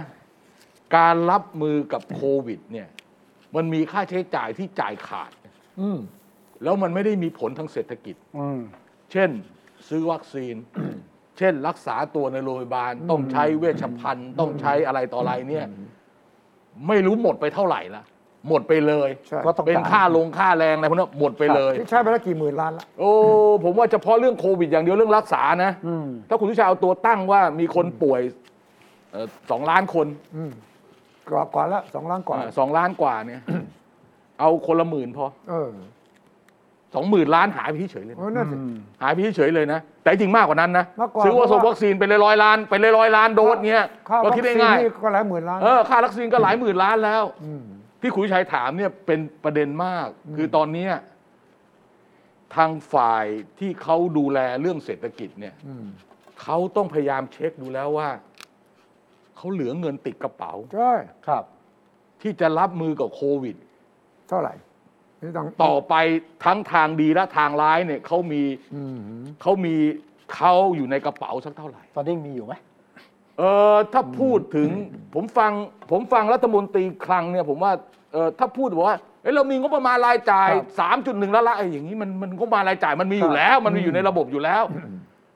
Speaker 2: การรับมือกับโควิด เนี่ย มันมีค่าใช้จ่ายที่จ่ายขาด
Speaker 3: อืม
Speaker 2: แล้วมันไม่ได้มีผลทางเศรษฐกิจ
Speaker 1: อืม
Speaker 2: เช่น ซื้อวัคซี น เช่น รักษาตัวในโรงพยาบาล ต้องใช้เวชภัณฑ์ ต้องใช้อะไรต่ออะไรเนี่ย ไม่รู้หมดไปเท่าไหร่ละหมดไปเลย
Speaker 3: ใช่
Speaker 1: ก็ต้อง
Speaker 2: เป็นค่าลงค่าแรงอะไรพวกนั้นหมดไปเลย
Speaker 3: ที่ใช้ไปแล้วกี่หมื่นล้านละ
Speaker 2: โอ้ ผมว่าเฉพาะเรื่องโควิดอย่างเดียวเรื่องรักษานะ
Speaker 1: อืม
Speaker 2: ถ้าคุณทุชาเอาตัวตั้งว่ามีคนป่วยเอ่อสองล้านคน
Speaker 3: อืมกรอบกว่าละสองล้านกว่า
Speaker 2: เอ่อสองล้านกว่าเนี่ย เอาคนละหมื่นพอ
Speaker 3: เออ
Speaker 2: สองหมื่นล้านหายไปเฉยๆเลย
Speaker 3: เอ
Speaker 2: นะ
Speaker 3: อนั่นสิ
Speaker 2: หายไปเฉยๆเลยนะ แต่จริงมากกว่านั้นนะ
Speaker 3: มากกว่า
Speaker 2: ซื้อว่า
Speaker 3: เพราะ
Speaker 2: วั
Speaker 3: ว่า
Speaker 2: คซีนไปเลยร้อยล้าน ไปเลยร้อยล้านโดสเงี้ย
Speaker 3: ค่า
Speaker 2: ก็
Speaker 3: วัค
Speaker 2: คิ
Speaker 3: ซี
Speaker 2: ด
Speaker 3: น
Speaker 2: ง่าย
Speaker 3: นี่ก็หลายหมื่นล้าน
Speaker 2: ๆเออค่าวัคซีนก็หลายหมื่นล้านแล้ว
Speaker 3: ม
Speaker 2: ที่คุณวิชัยถามเนี่ยเป็นประเด็นมาก คือตอนเนี้ยทางฝ่ายที่เขาดูแลเรื่องเศรษฐกิจเนี่ย
Speaker 3: อืม
Speaker 2: เขาต้องพยายามเช็คดูแล้วว่าเขาเหลือเงินติดกระเป๋า
Speaker 3: ใช่
Speaker 1: ครับ
Speaker 2: ที่จะรับมือกับโควิด
Speaker 3: เท่าไหร่นี่ต้อง
Speaker 2: ต่อไปทั้งทางดีและทางร้ายเนี่ยเขามี
Speaker 3: อืม
Speaker 2: เขามีเขาอยู่ในกระเป๋าสักเท่าไหร่
Speaker 1: ตอนนี้มีอยู่ไหม
Speaker 2: เออถ้าพูดถึงผมฟังผมฟังรัฐมนตรีคลังเนี่ย ผมว่าเออถ้าพูดบอกว่าเอ้ยเรามีงบประมาณรายจ่าย
Speaker 1: ครับ
Speaker 2: 3.1ล้านละไอ้อย่างนี้มันมันงบประมาณรายจ่ายมันมีอยู่
Speaker 1: ครับ
Speaker 2: แล้ว มันมีอยู่ในระบบอยู่แล้ว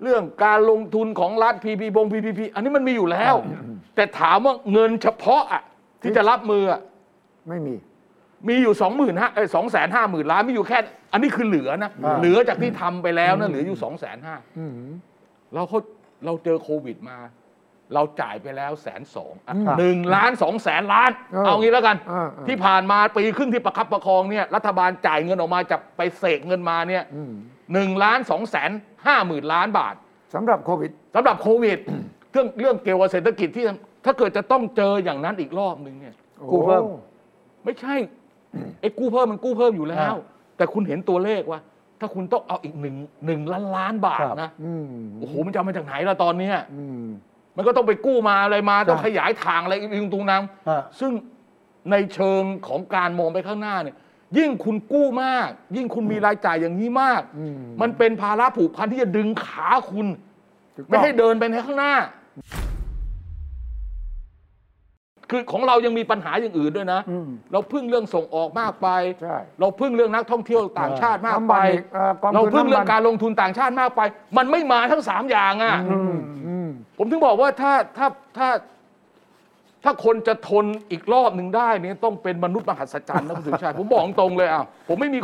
Speaker 2: เรื่องการลงทุนของรัฐ PP บง PPP อันนี้มันมีอยู่แล้ว แต่ถามว่าเงินเฉพาะอะที่จะรับมืออะ
Speaker 3: ไม่มี
Speaker 2: มีอยู่2 5 0 0 0 0สองแสนห้าหมื่นล้านมีอยู่แค่ อันนี้คือเหลือนะเหลือจากที่ทำไปแล้วนะเหลืออยู่2องแสนห้า
Speaker 3: อืม
Speaker 2: เราเขาเราเจอโควิดมา เราจ่ายไปแล้วแสนสอง
Speaker 3: อืม
Speaker 2: หนึ่งล้านสองแสนล้าน
Speaker 3: เออ
Speaker 2: เอางี้แล้วกัน
Speaker 3: เออเออ
Speaker 2: ที่ผ่านมาปีครึ่งที่ประคับประคองเนี่ยรัฐบาลจ่ายเงินออกมาจะไปเสกเงินมาเนี่ย
Speaker 3: อืม
Speaker 2: หนึ่งล้านสองแสนห้าหมื่นล้านบาท
Speaker 3: สำหรับโควิด
Speaker 2: สำหรับโควิด เรื่องเรื่องเกี่ยวกับเศรษฐกิจที่ถ้าเกิดจะต้องเจออย่างนั้นอีกรอบนึงเนี่ย
Speaker 1: กู้เพิ่ม
Speaker 2: ไม่ใช่ ไอ้กู้เพิ่มมันกู้เพิ่มอยู่แล้ว แต่คุณเห็นตัวเลขว่า ถ้าคุณต้องเอาอีกหนึ่งหนึ่งล้านล้านบาท
Speaker 1: ครับ
Speaker 2: นะ
Speaker 3: อืม
Speaker 2: โอ้โหมันจะเอามาจากไหนล่ะตอนเนี้ย
Speaker 3: อืม
Speaker 2: มันก็ต้องไปกู้มาอะไรมา ต้อง
Speaker 1: ใช่
Speaker 2: ขยายทางอะไรอีกตรงตรงนั้น
Speaker 1: ฮะ
Speaker 2: ซึ่งในเชิงของการมองไปข้างหน้าเนี่ย ยิ่งคุณกู้มาก ยิ่งคุณมีรายจ่ายอย่างนี้มาก
Speaker 3: อืม
Speaker 2: มันเป็นภาระผูกพันที่จะดึงขาคุณ
Speaker 3: ถูก
Speaker 2: ไม่
Speaker 3: ต้อง
Speaker 2: ให้เดินไปในข้างหน้า คือของเรายังมีปัญหาอย่างอื่นด้วยนะ
Speaker 1: อืม
Speaker 2: เราพึ่งเรื่องส่งออกมากไป
Speaker 3: ใช่
Speaker 2: เราพึ่งเรื่องนักท่องเที่ยวต่างชาติมาก
Speaker 3: น้ำ
Speaker 2: ไป
Speaker 3: มันอีกเอ่อกอง
Speaker 2: เรา
Speaker 3: ทุน
Speaker 2: พึ่ง
Speaker 3: น้ำ
Speaker 2: เรื่
Speaker 3: มั
Speaker 2: อน งการลงทุนต่างชาติมากไป มันไม่มาทั้งสามอย่างอ่ะ
Speaker 3: อืมอืม
Speaker 2: ผมถึงบอกว่าถ้าถ้าถ้าถ้าคนจะทนอีกรอบหนึ่งได้เนี่ยต้องเป็นมนุษย์มหัศจรรย์นะ คุณสุชาติ ผมบอกตรงเลยอ่ะผมไม่มี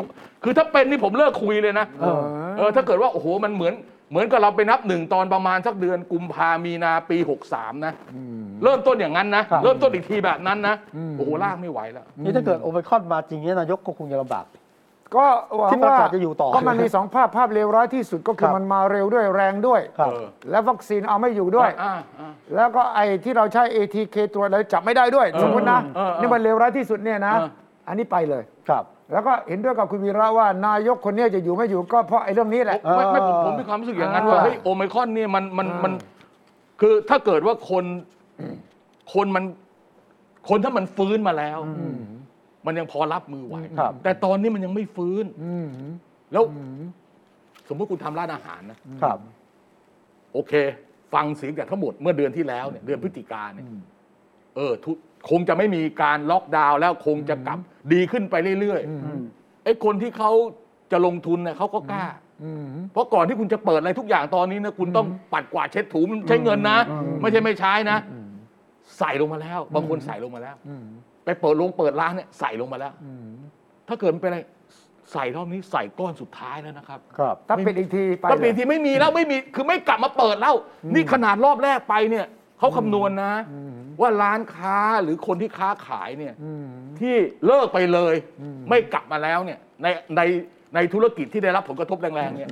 Speaker 2: คือถ้าเป็นนี่ผมเลิกคุยเลยนะ
Speaker 1: เออ
Speaker 2: เออถ้าเกิดว่าโอ้โหมันเหมือน เหมือนกับเราไปนับหนึ่งตอนประมาณสักเดือนกุมภามีนาปี 63 นะ เริ่มต้นอย่างนั้นนะ
Speaker 1: ครับ
Speaker 2: เริ่มต้นอีกทีแบบนั้นนะ
Speaker 3: อืม
Speaker 2: โอ้โหลากไม่ไหวแล้ว
Speaker 1: นี่ถ้าเกิดโอเปคอนมาจริงเนี่ยนายกก็คงจะลำบาก
Speaker 3: ก็หวัง
Speaker 1: ที่ป
Speaker 3: ว่าก
Speaker 1: ระาศจะอยู่ต่อ
Speaker 3: ก็มันมีสองภาพภาพเลวร้ายที่สุดก็คื
Speaker 1: ค
Speaker 3: อ
Speaker 1: รับ
Speaker 3: มันมาเร็วด้วยแรงด้วย
Speaker 1: ครับ
Speaker 2: เออ
Speaker 3: และวัคซีนเอาไม่อยู่ด้วย
Speaker 2: อ่าอ่า
Speaker 3: แล้วก็ไอ้ที่เราใช้ ATK ตัวอะไรจับไม่ได้ด้วย สมมตินะ
Speaker 2: เออเออ
Speaker 3: นี่มันเลวร้ายที่สุดเนี่ยนะ
Speaker 2: เออ
Speaker 3: อันนี้ไปเลย
Speaker 1: ครับ
Speaker 3: แล้วก็เห็นด้วยกับคุณวีระว่านายกคนเนี้ยจะอยู่ไม่อยู่ก็เพราะไอ้เรื่องนี้แหละ
Speaker 1: เออ
Speaker 2: ไม่ไม่ผมผมมีความรู้สึกอย่างนั้นว่า
Speaker 3: อ่า
Speaker 2: เฮ้ยโอไมครอนเนี่ยมันมันมัน คือถ้าเกิดว่าคนคนมัน คนถ้ามันฟื้นมาแล้ว มันยังพอรับมือไหว
Speaker 1: ครับ
Speaker 2: แต่ตอนนี้มันยังไม่ฟื้นแล้วสมมติคุณทำร้านอาหารนะ
Speaker 1: ครับ
Speaker 2: โอเค ฟังเสียงจากทั้งหมดเมื่อเดือนที่แล้วเนี่ยเดือนพฤศจิกาเนี่ยเออทุกคงจะไม่มีการล็อกดาวน์แล้วคงจะกลับดีขึ้นไปเรื่อยๆไอ้คนที่เขาจะลงทุนเนี่ยเขาก็กล้า เพราะก่อนที่คุณจะเปิดอะไรทุกอย่างตอนนี้นะคุณต้องปัดกวาดเช็ดถูมันใช้เงินนะ ไม่ใช่ไม่ใช้นะ ใส่ลงมาแล้ว บางคนใส่ลงมาแล้วไปเปิดโรงเปิดร้านเนี่ยใส่ลงมาแล้วถ้าเกิดมันเป็นอะไรใส่รอบนี้ใส่ก้อนสุดท้ายแล้วนะครับ
Speaker 1: ครับ
Speaker 3: ถ้าปิดอีกทีไป
Speaker 2: ก็ปี
Speaker 3: เลย
Speaker 2: ที่ไม่มีแล้วไม่มีคือไม่กลับมาเปิดแล้ว นี่ขนาดรอบแรกไปเนี่ยเขาคำนวณนะ ว่าร้านค้าหรือคนที่ค้าขายเนี่ยที่เลิกไปเลย ไม่กลับมาแล้วเนี่ยในในในธุรกิจที่ได้รับผลกระทบแรงๆเนี่ย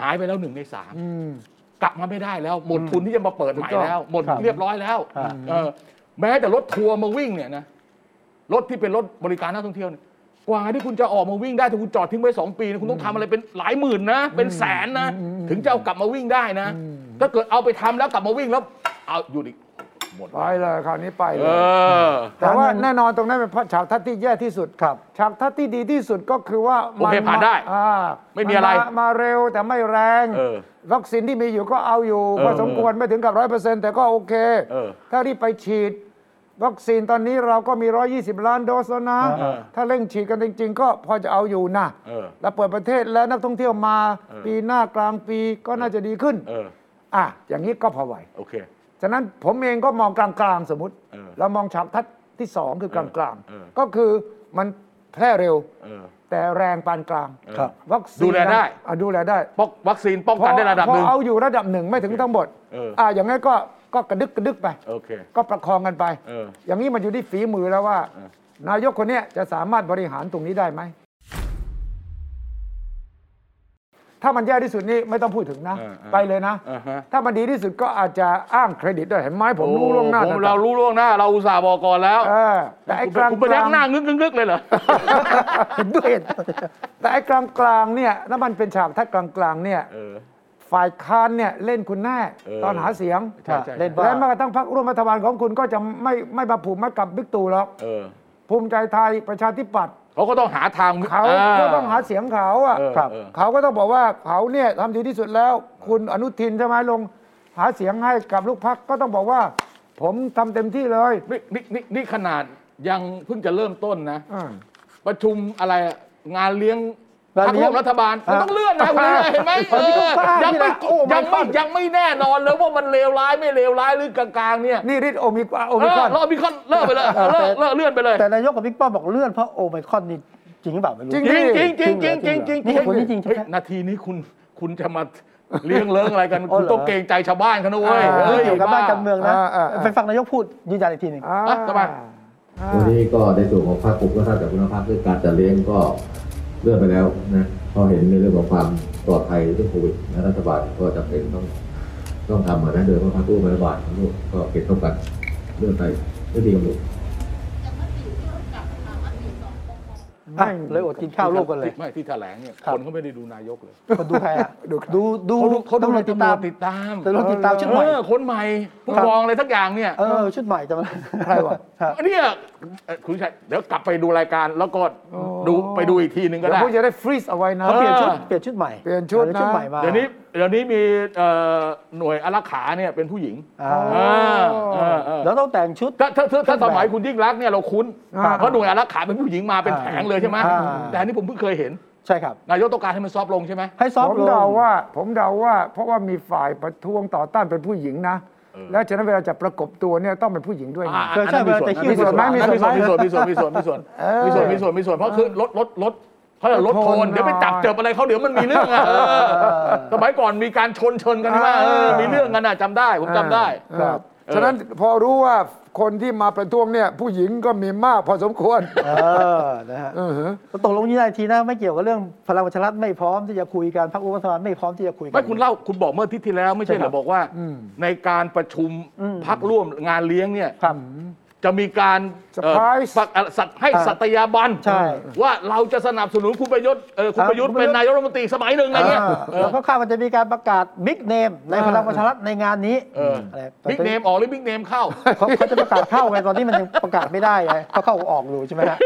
Speaker 2: หายไปแล้วหนึ่งในสาม
Speaker 3: อืม
Speaker 2: กลับมาไม่ได้แล้ว หมดทุนที่จะมาเปิดใหม่แล้ว หมด
Speaker 1: ครับ
Speaker 2: เรียบร้อยแล้ว
Speaker 1: ครับ
Speaker 2: เออแม้แต่รถทัวร์มาวิ่งเนี่ยนะรถที่เป็นรถบริการนักท่องเที่ยวเนี่ยกว่าที่คุณจะออกมาวิ่งได้ถ้าคุณจอดทิ้งไว้สองปีเนี่ยคุณต้องทำอะไรเป็นหลายหมื่นนะ เป็นแสนนะ ถึงจะเอากลับมาวิ่งได้นะ ถ้าเกิดเอาไปทำแล้วกลับมาวิ่งแล้ว เอาหยุดอีกหมด
Speaker 3: ไปเลยคราวนี้ไปเล
Speaker 2: เอย อ
Speaker 3: แต่ว่าแน่นอนตรงนั้นเป็นเพราะฉากทัศน์ที่แย่ที่สุด
Speaker 1: ครับ
Speaker 3: ฉากทัศน์ที่ดีที่สุดก็คือว่า
Speaker 2: โอเคผ่านได้
Speaker 3: อ่
Speaker 2: ไม่มีอะไร
Speaker 3: นามาเร็วแต่ไม่แรง
Speaker 2: เออ
Speaker 3: วัคซีนที่มีอยู่ก็เอาอยู่
Speaker 2: เออ
Speaker 3: พอสมควรไม่ถึงกับร้อยเปอร์เซ็นต์แต่ก็โอเค
Speaker 2: เออ
Speaker 3: ถ้ารีบไปฉีด วัคซีนตอนนี้เราก็มี 120 ล้านโดสแล้วนะ
Speaker 2: เออ
Speaker 3: ถ้าเร่งฉีดกันจริง ๆ ก็พอจะเอาอยู่นะ
Speaker 2: เออ
Speaker 3: แล้วเปิดประเทศแล้วนักท่องเที่ยวมา
Speaker 2: เออ
Speaker 3: ปีหน้ากลางปีก็น่าจะดีขึ้น
Speaker 2: เออ
Speaker 3: อ่ะอย่างนี้ก็พอไหว
Speaker 2: โอเค
Speaker 3: ฉะนั้นผมเองก็มองกลางๆ สมมติ
Speaker 2: เออ
Speaker 3: เรามองฉากทัศน์ที่สองคือกลาง
Speaker 2: เออ
Speaker 3: ๆ ก็คือมันแพร่เร็ว
Speaker 2: เออ
Speaker 3: แต่แรงปานกลาง
Speaker 1: ครับ
Speaker 3: วัคซีน
Speaker 2: ดูแลได้
Speaker 3: อ่ะดูแลได้
Speaker 2: ป้องวัคซีนป้องกันได้ระดับหนึ่ง
Speaker 3: พอเอาอยู่ระดับหนึ่งไม่ถึงทั้งหมด
Speaker 2: เออ
Speaker 3: อย่างงั้นก็ก็กระดึกกระดึกไป
Speaker 2: โอเค
Speaker 3: ก็ประคองกันไป
Speaker 2: เออ
Speaker 3: อย่างนี้มันอยู่ที่ฝีมือแล้วว่า
Speaker 2: เออ
Speaker 3: นายกคนเนี้ยจะสามารถบริหารตรงนี้ได้ไหม ถ้ามันแย่ที่สุดนี่ไม่ต้องพูดถึงนะ
Speaker 2: เออเออ
Speaker 3: ไปเลยนะ
Speaker 2: อ่าฮะ
Speaker 3: ถ้ามันดีที่สุดก็อาจจะอ้างเครดิตด้วยเห็นไหมผมรู้ล่วงหน้า
Speaker 2: โอ้ผม
Speaker 3: ต่งๆ
Speaker 2: เรารู้ล่วงหน้า เราอุตส่าห์บอกก่อนแล้ว
Speaker 3: เออแต่ไอ้
Speaker 2: คุณไป
Speaker 3: กลาง
Speaker 2: คุณไปแลกหน้างึกงึกๆเลยเหรอ
Speaker 3: เห็นด้วยแต่ไอ้กลางกลางๆเนี่ยน้ำมันเป็นฉากถ้ากลางกลางๆเนี่ย
Speaker 2: เออ
Speaker 3: ฝ่ายค้านเนี่ยเล่นคุณแน่
Speaker 2: เออ
Speaker 3: ตอนหาเสียง
Speaker 2: ใช่ใช่
Speaker 1: เล่นบ้า
Speaker 3: และแม้กระทั่งพรรคร่วมรัฐบาลของคุณก็จะไม่ไม่มาผูกมัดกับบิ๊กตู่หรอก
Speaker 2: เออ
Speaker 3: ภูมิใจไทยประชาธิปัตย์
Speaker 2: เขาก็ต้องหาทาง
Speaker 3: เขาก็ต้องหาเสียงเขาอ่ะ
Speaker 2: เออ
Speaker 1: ครับ
Speaker 2: เออ
Speaker 3: เขาก็ต้องบอกว่าเขาเนี่ยทำดีที่สุดแล้ว คุณอนุทินใช่ไหมลง หาเสียงให้กับลูกพักก็ต้องบอกว่า ผมทำเต็มที่เลย
Speaker 2: นี่นี่นี่นี่ขนาดยังเพิ่งจะเริ่มต้นนะ
Speaker 3: อ่า
Speaker 2: ประชุมอะไรอะงานเลี้ยงพ
Speaker 1: งาน
Speaker 2: รรค
Speaker 1: เลี้ย
Speaker 2: ร่
Speaker 1: ง
Speaker 2: วมรัฐบาลมันต้องเลื่อนนะคุณ
Speaker 1: อ่า
Speaker 2: เลื่อนเห็นไหม
Speaker 1: ตอนนี้ก็กล้า
Speaker 2: เออยังไม่
Speaker 1: นี่แหละโอ้ my
Speaker 2: ยังไม่
Speaker 1: God
Speaker 2: ยังไม่แน่นอนเลยว่ามันเลวร้ายไม่เลวร้ายหรือกลางๆเนี่ย
Speaker 3: นี่ฤทธิ์โอมิกว่าโอ
Speaker 2: เอ
Speaker 3: มิ
Speaker 2: อ
Speaker 3: คอน
Speaker 2: รอบมิคอนเลิกไปเลยเลิกเลิกเลื่อนไปเลย
Speaker 1: แต่นายกกับบิ๊กป้อมบอกเลื่อนเพราะโอไมครอนนี่จริงหรือเปล่าไม่รู้
Speaker 2: จริงจริงจริงจริงจริงจริง
Speaker 1: นี่เหตุผลจริงๆใช่ไหม
Speaker 2: เฮ้ยนาทีนี้คุณคุณจะมาเลี้ยงเลิ้งอะไรกัน
Speaker 1: อ๋อ
Speaker 2: คุณ
Speaker 1: เหรอ
Speaker 2: ต้องเกรงใจชาวบ้านเขานะเว้ย
Speaker 1: เรื่องเกี่ยวกับบ้าน
Speaker 2: บ้
Speaker 1: การเมืองนะ
Speaker 3: อ่าอ่าอ่า
Speaker 1: ไปฟังนายกพูดยืนยันอีกทีหนึ่ง
Speaker 3: อ่า
Speaker 2: อ่ะสบาย
Speaker 3: อ่า
Speaker 8: วันนี้ก็ในส่วนของภาคผมก็ทราบจากคุณภาพเรื่องการจัดเลี้ยงก็เลื่อนไปแล้วนะเพอเห็นในเรื่องของความปลอดภัยเรื่องโควิดนะรัฐบาลก็จำเป็นต้องต้องทำอะนะโดยเฉพาะภาคร่วมรัฐบาลทั้งหมดก็เป็นต้องกันเลื่อนไปไม่มีกำหนด
Speaker 3: ไม่
Speaker 1: เลยอดกินข้าวร่วมกันเลย
Speaker 2: ไม่ที่แถลงเนี่ย
Speaker 1: ครับ
Speaker 2: คนเขาไม่ได้ดูนายกเลย
Speaker 1: มาดูใครอ่ะ
Speaker 3: ดูใคร
Speaker 1: ดูดู
Speaker 2: เขาดูเขาดู
Speaker 1: ตำรวจติดตาม
Speaker 2: ติดตาม
Speaker 1: ตำรวจติดตามชุดให
Speaker 2: เอ
Speaker 1: ม่
Speaker 2: อคนใหม่ผู้
Speaker 1: ครับ
Speaker 2: กองอะไรทักอย่างเนี่ย
Speaker 1: เออชุดใหม่จำได้
Speaker 3: ใครวะ
Speaker 1: ครับ
Speaker 2: อันเนี้ยเอ่อคุณชัยเดี๋ยวกลับไปดูรายการแล้วก็ดูไปดูอีกทีหนึ่งก็
Speaker 3: เดี๋ยว
Speaker 2: ได้
Speaker 3: ผมจะได้ฟรีซเอาไว้นะ
Speaker 2: เออ
Speaker 1: เปลี่ยนชุดเปลี่ยนชุดใหม่
Speaker 3: เปลี่ยนชุดนะ
Speaker 1: อาชุดใหม่มา
Speaker 2: เดี๋ยวนี้เดี๋ยวนี้มีเอ่อหน่วยอารักขาเนี่ยเป็นผู้หญิง
Speaker 1: อ่า
Speaker 2: เออเออเออ
Speaker 1: แล้วต้องแต่งชุด
Speaker 2: ถ้าถ้าถ้าถ้าสมัยคุณยิ่งรักษณ์เนี่ยเราคุ้น
Speaker 3: ครับ
Speaker 2: เพราะหน่วยอารักขาเป็นผู้หญิงมาเป็นแผงเลยใช่ไหม
Speaker 1: อ่า
Speaker 2: แต่อันนี้ผมเพิ่งเคยเห็น
Speaker 1: ใช่ครับ
Speaker 2: นายกต้องการให้มันซอฟต์ลงใช่ไหม
Speaker 1: ให้ซ
Speaker 3: ผ
Speaker 1: อฟต์
Speaker 3: ม
Speaker 1: ลง
Speaker 3: เดาว่าผมเดาว่า เพราะว่ามีฝ่ายประท้วงต่อต้านเป็นผู้หญิงนะ แล้วฉะนั้นเวลาจะประกบตัวเนี่ยต้องเป็นผู้หญิงด้วยนะ
Speaker 1: เออใช่เวลาจะหิ้ว
Speaker 2: มีส่วนไหม
Speaker 3: มี
Speaker 2: มี
Speaker 3: ส่
Speaker 2: ส่วน
Speaker 3: ว
Speaker 2: น
Speaker 3: ไหม
Speaker 2: มีส่วนมีส่วนมีส่วนมีส่วนมีส่วนมีส่วนมีส่วนมีส่วนเพราะคือลดลดลดเขาเรียกลดโท
Speaker 3: ลดโทน
Speaker 2: นเดี๋ยวไปจับ
Speaker 3: หน่อย
Speaker 2: เจออะไรเขาเดี๋ยวมันมีเรื่องอ่ะเออสมัยก่อนมีการชนเชิญกันว่าเออ
Speaker 3: เออ
Speaker 2: มีเรื่องกันอ่ะจำได้ผมจำได้
Speaker 3: ครับ
Speaker 2: เออ
Speaker 3: ฉะนั้นพอรู้ว่าคนที่มาประท้วงเนี่ย ผู้หญิงก็มีมากพอสมควร
Speaker 1: เออนะฮะ
Speaker 3: เออฮะ
Speaker 1: ตกลงยี่นาทีนะไม่เกี่ยวกับเรื่องพลังประชารัฐไม่พร้อมที่จะคุยกันพรรครัฐบาลไม่พร้อมที่จะคุยกั
Speaker 2: ไม่คุณเล่าคุณบอกเมื่ออาทิตย์ที่แล้วไม่ใช่เหรอบอกว่า ในการประชุม
Speaker 1: อืม
Speaker 2: พักร่วมงานเลี้ยงเนี่ย
Speaker 1: ครับ
Speaker 2: จะมีการเอ่อ
Speaker 3: Surprise
Speaker 2: ปักอ่ะสัตให้
Speaker 1: อ่า
Speaker 2: สัตยาบัน
Speaker 1: ใช่
Speaker 2: ว่าเราจะสนับสนุนคุณประยุทธ์เอ่อคุณ
Speaker 1: อ่า
Speaker 2: ประยุทธ์
Speaker 1: คุณประยุ
Speaker 2: เป็
Speaker 1: ท
Speaker 2: น
Speaker 1: ธ์
Speaker 2: นายกรัฐมนตรีสมัยหนึ่งอะไรเงี้ยเออ
Speaker 1: แล้วก็คาดว่าจะมีการประกาศบิ๊กเนมในพลังประชารัฐในงานนี้
Speaker 2: เอออ
Speaker 1: ะไรแต่
Speaker 2: บิ๊กเนมออกหรือบิ๊กเนมเข้า
Speaker 1: เขาเขาจะประกาศเข้าไงตอนนี้มันยังประกาศไม่ได้ไงเขาเข้าออกอยู่ใช่ไหมฮะ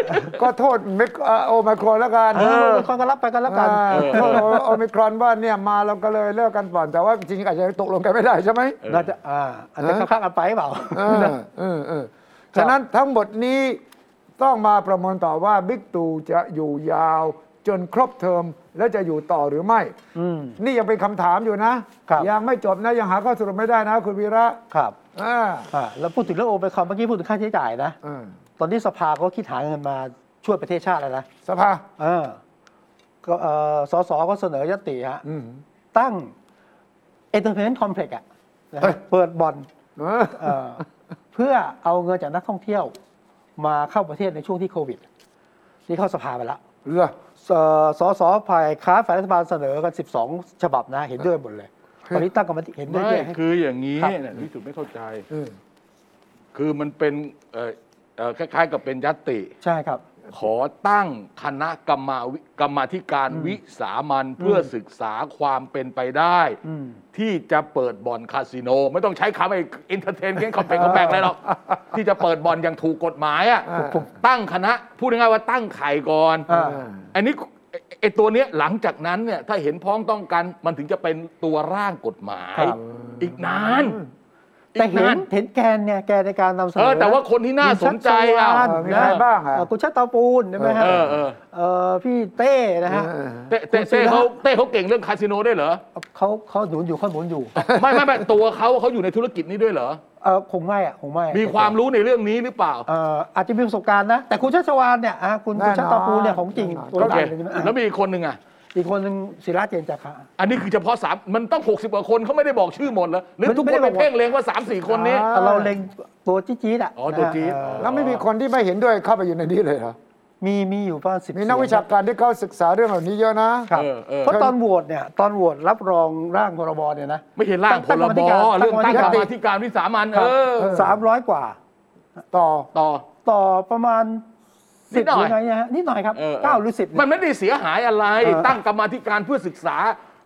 Speaker 3: ก็โทษมิกเอ่อโอไมครอนแล้วกัน
Speaker 1: เออคนก็รับไปกันแล้วกัน
Speaker 3: อ่าโทษโอไมครอนว่าเนี่ยมาเราก็เลยเลิกกันก่อน แต่ว่าจริงๆอาจจะตกลงกันไม่ได้ใช่ไหม
Speaker 1: น่าจะอ่าอาจจะค้างๆกันไปเปล่า
Speaker 3: เออเออเออฉะนั้นทั้งหมดนี้ต้องมาประเมินต่อว่าบิ๊กตู่จะอยู่ยาวจนครบเทอมและจะอยู่ต่อหรือไม่
Speaker 1: อืม
Speaker 3: นี่ยังเป็นคำถามอยู่นะ
Speaker 1: ครับ
Speaker 3: ยังไม่จบนะ ยังหาข้อสรุปไม่ได้นะ คุณวีระ
Speaker 1: ครับ
Speaker 3: อ่า
Speaker 1: อ่าแล้วพูดถึงเรื่องโอเปคอนเมื่อกี้พูดถึงค่าใช้จ่ายนะ
Speaker 3: อ่า
Speaker 1: ตอนนี้สภาก็คิดหาเงินมาช่วยประเทศชาติแล้วนะ
Speaker 3: สภา
Speaker 1: เออก็เออสสก็เสนอยติฮะ
Speaker 3: อืม
Speaker 1: ตั้งเอ t เ r อร์เ n น e ์คอมเพล็กซ์อะนะฮะเปิดบ่อน
Speaker 3: เออ
Speaker 1: เอ่อเพื่อเอาเงินจากนักท่องเที่ยว มาเข้าประเทศในช่วงที่โควิด นี่เข้าสภาไปแล้ว
Speaker 3: เหรอ
Speaker 1: เอ่อสสฝ่ายค้านฝ่ายรัฐบาลเสนอกัน 12 ฉบับนะ เห็นด้วยหมดเลย ตอนนี้ตั้งกรรมธิเห็นด้วย
Speaker 2: ไม่
Speaker 1: เยอะให้
Speaker 2: คืออย่างนี้
Speaker 1: ครับ
Speaker 2: เนี่ยวิสุทธ์ไม่เข้าใจ
Speaker 3: เออ
Speaker 2: คือมันเป็นเอ่อเอ่อคล้ายๆ กับเป็นยัตติ
Speaker 1: ใช่ครับ
Speaker 2: ขอตั้งคณะกรรมาวิกรรมาธิการวิสามันเพื่อศึกษาความเป็นไปได้
Speaker 1: อืม
Speaker 2: ที่จะเปิดบ่อนคาสิโน ไม่ต้องใช้คำไอ้อินเตอร์เทนเกนคอมเพลคอมแบงอะไรหรอก ที่จะเปิดบ่อนอย่างถูกกฎหมายอ่ะตั้งคณะ พูดง่ายๆว่าตั้งไข่ก่อน
Speaker 1: อ่า
Speaker 2: อันนี้ไอ้ไอ้ตัวเนี้ยหลังจากนั้นเนี่ยถ้าเห็นพ้องต้องกันมันถึงจะเป็นตัวร่างกฎหมาย
Speaker 1: ครับ
Speaker 2: อีกนาน
Speaker 1: แต่เห็
Speaker 2: อีกาน น
Speaker 1: เห็นแกนเนี่ยแกนในการนำเสน
Speaker 2: เออ
Speaker 1: อ
Speaker 2: แต่ว่าคนที่น่าสนใจอ่ะ
Speaker 1: คุณชัชวาล
Speaker 3: เออมี
Speaker 1: นะ
Speaker 3: ใครบ้างอ่ะ
Speaker 1: เอ่อคุณชาตาปูนใช่ไหมฮะ
Speaker 2: เออเออ
Speaker 1: เอ่อพี่เต้นะฮะ
Speaker 3: เออ
Speaker 2: เต้เต้
Speaker 1: คุณศิ
Speaker 2: เต้
Speaker 1: ระ
Speaker 2: เขาเต้เขาเก่งเรื่องคาสิโนด้วยเหรอ
Speaker 1: เขาเขาหนุนอยู่เขาหนุนอยู่
Speaker 2: ไม่ไม่ไม่ตัวเขาเขาอยู่ในธุรกิจนี้ด้วยเหรอ
Speaker 1: เออคงไม่อ่ะคงไม่
Speaker 2: มีความรู้ในเรื่องนี้หรือเปล่า
Speaker 1: เอ่ออาจจะมีประสบการณ์นะ แต่คุณชาชวานเนี่ยอ่ะคุณ
Speaker 3: แน่นอน
Speaker 1: คุณชาตาปูนเนี่ยของจริง
Speaker 3: แน่นอน
Speaker 1: ตัวดั
Speaker 2: โอเค
Speaker 1: งเลยใช่ไหม
Speaker 2: แล้วมีอีกคนหนึ่งอ่ะ
Speaker 1: อีกคนหนึ่งศิระเจนจาคะ
Speaker 2: อันนี้คือเฉพาะสามมันต้อง 60กว่าคนเขาไม่ได้บอกชื่อหมดแล้วหรือทุก
Speaker 1: ไม่
Speaker 2: ค
Speaker 1: ได้บ
Speaker 2: นไป
Speaker 1: อก
Speaker 2: เพ่งเลงว่า 3 4 คนนี้
Speaker 3: อ่า
Speaker 1: เราเล็งตัวจี๊ดจี๊ดอ่ะ
Speaker 2: อ๋อตัวจี๊ด
Speaker 1: เออ
Speaker 3: แล้วไม่มีคนที่ไม่เห็นด้วยเข้าไปอยู่ในนี้เลยเหรอ
Speaker 1: มีมีอยู่ประมาณสิบ
Speaker 3: มีนักวิชาการที่เขาศึกษาเรื่องเหล่านี้เยอะนะ
Speaker 1: ครับ
Speaker 2: เออเออ
Speaker 1: เพราะตอนโหวตเนี่ยตอนโหวตรับรองร่างพรบเนี่ยนะ
Speaker 2: ไม่เห็นร่างพ
Speaker 1: ตั้งก
Speaker 2: ร
Speaker 1: รรม
Speaker 2: บ
Speaker 1: ธิการ
Speaker 2: เรื่อง
Speaker 1: ตั้
Speaker 2: ตั้
Speaker 1: ง
Speaker 2: ง
Speaker 1: ก
Speaker 2: ก
Speaker 1: ร
Speaker 2: ร
Speaker 1: รม
Speaker 2: ร
Speaker 1: ธิการ
Speaker 2: มาธิการวิสามัน
Speaker 1: ค
Speaker 2: เอ
Speaker 1: รับ
Speaker 2: อ
Speaker 1: สามร้อยกว่า
Speaker 3: ต่อ
Speaker 2: ต่อ
Speaker 1: ต่อประมาณ
Speaker 2: นิ
Speaker 1: สิบ
Speaker 2: ดหน่อย
Speaker 1: ยังไงนะฮะนิดหน่อยครับ
Speaker 2: ออ
Speaker 1: เก้าหรือสิบเนี่ย
Speaker 2: มันไม่ได้เสียหายอะไร
Speaker 1: เออ
Speaker 2: ตั้งกรรมาธิการเพื่อศึกษา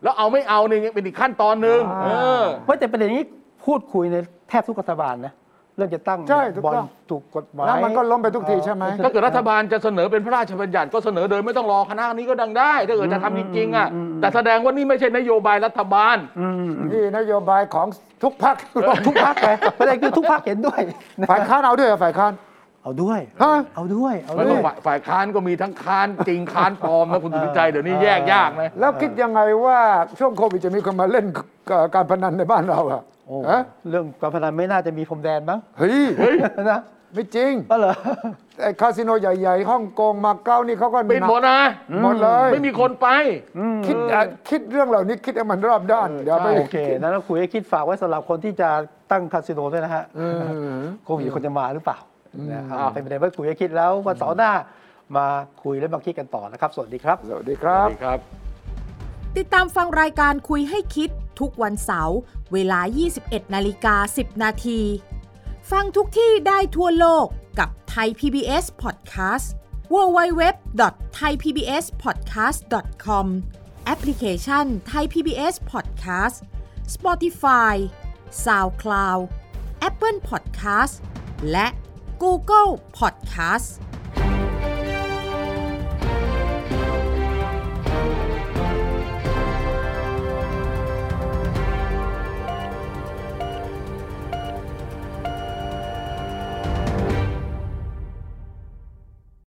Speaker 2: แล้วเอาไม่เอาเนี่ยยังเป็นอีกขั้นตอนหนึ่งเออ
Speaker 1: ว่าแต่ประเด็นนี้พูดคุยในแทบทุกรัฐบาลนะเรื่องจะตั้ง
Speaker 3: ใช่ถูก
Speaker 1: บอล
Speaker 3: ต้อง
Speaker 1: ถูกกฎหมาย
Speaker 3: แล้วมันก็ล้มไปทุกทีใช่ไหม
Speaker 1: เออ
Speaker 2: ถ้าเกิดรัฐบาลจะเสนอเป็นพระราชบัญญัติก็เสนอโดยไม่ต้องรอคณะนี้ก็ดังได้ ถ้าเกิดจะทำจริงๆอ่ะ
Speaker 1: อืมอืม
Speaker 2: แต่แสดงว่านี่ไม่ใช่นโยบายรัฐบาล
Speaker 1: อืม
Speaker 3: นี่นโยบายของทุกพรรค
Speaker 1: ทุกภาคไปประเด็นคือทุกภาคเห็นด้วยนะ
Speaker 3: ฝ่ายค้านเอาด้วยเหรอฝ่ายค้าน
Speaker 1: เอาด้วย
Speaker 3: ฮะ
Speaker 1: เอาด้วย เอา
Speaker 2: ไม่
Speaker 1: ด้ว
Speaker 2: ต้อย งฝ่ายฝ่ายค้านก็มีทั้งค้านจริงค้านปลอมนะคุณสุทธิชัยเดี๋ยวนี้แยกยากนะ
Speaker 3: แล้วคิดยังไงว่าช่วงโควิดจะมีคนมาเล่นกการพนันในบ้านเราอะ
Speaker 1: โอ้
Speaker 3: ฮะ
Speaker 1: เรื่องการพนันไม่น่าจะมีพรมแดนมั้ง
Speaker 3: เฮ้ย
Speaker 1: นะ
Speaker 3: ไม่จริง
Speaker 1: ก็เหรอ
Speaker 3: ไอ้คาสิโนใหญ่ๆฮ่องกงมาเก๊านี่เขาก็
Speaker 2: ปิดหมดนะ
Speaker 3: หมดเลย
Speaker 2: ไม่มีคนไป
Speaker 3: คิดอ่ะคิดเรื่องเหล่านี้คิดให้มันรอบด้านอย่าไป
Speaker 1: โอเคนั้นเราคุยให้คิดฝากไว้สำหรับคนที่จะตั้งคาสิโนด้วยนะฮะ
Speaker 3: เออ
Speaker 1: โควิดคนจะมาหรือเปล่านะครับ
Speaker 2: อ่า
Speaker 1: เป็นประเด็นว่าคุยให้คิดแล้ววันเสาร์หน้ามาคุยและมาคิดกันต่อนะครับ สวัสดีครับ
Speaker 3: สวัสดีครับ
Speaker 2: ครับ
Speaker 9: ติดตามฟังรายการคุยให้คิดทุกวันเสาร์เวลา 21 นาฬิกา 10 นาที ฟังทุกที่ได้ทั่วโลกกับไทย PBS Podcast www.thaipbspodcast.com แอปพลิเคชัน Thai PBS Podcast Spotify SoundCloud Apple Podcast และ Google Podcast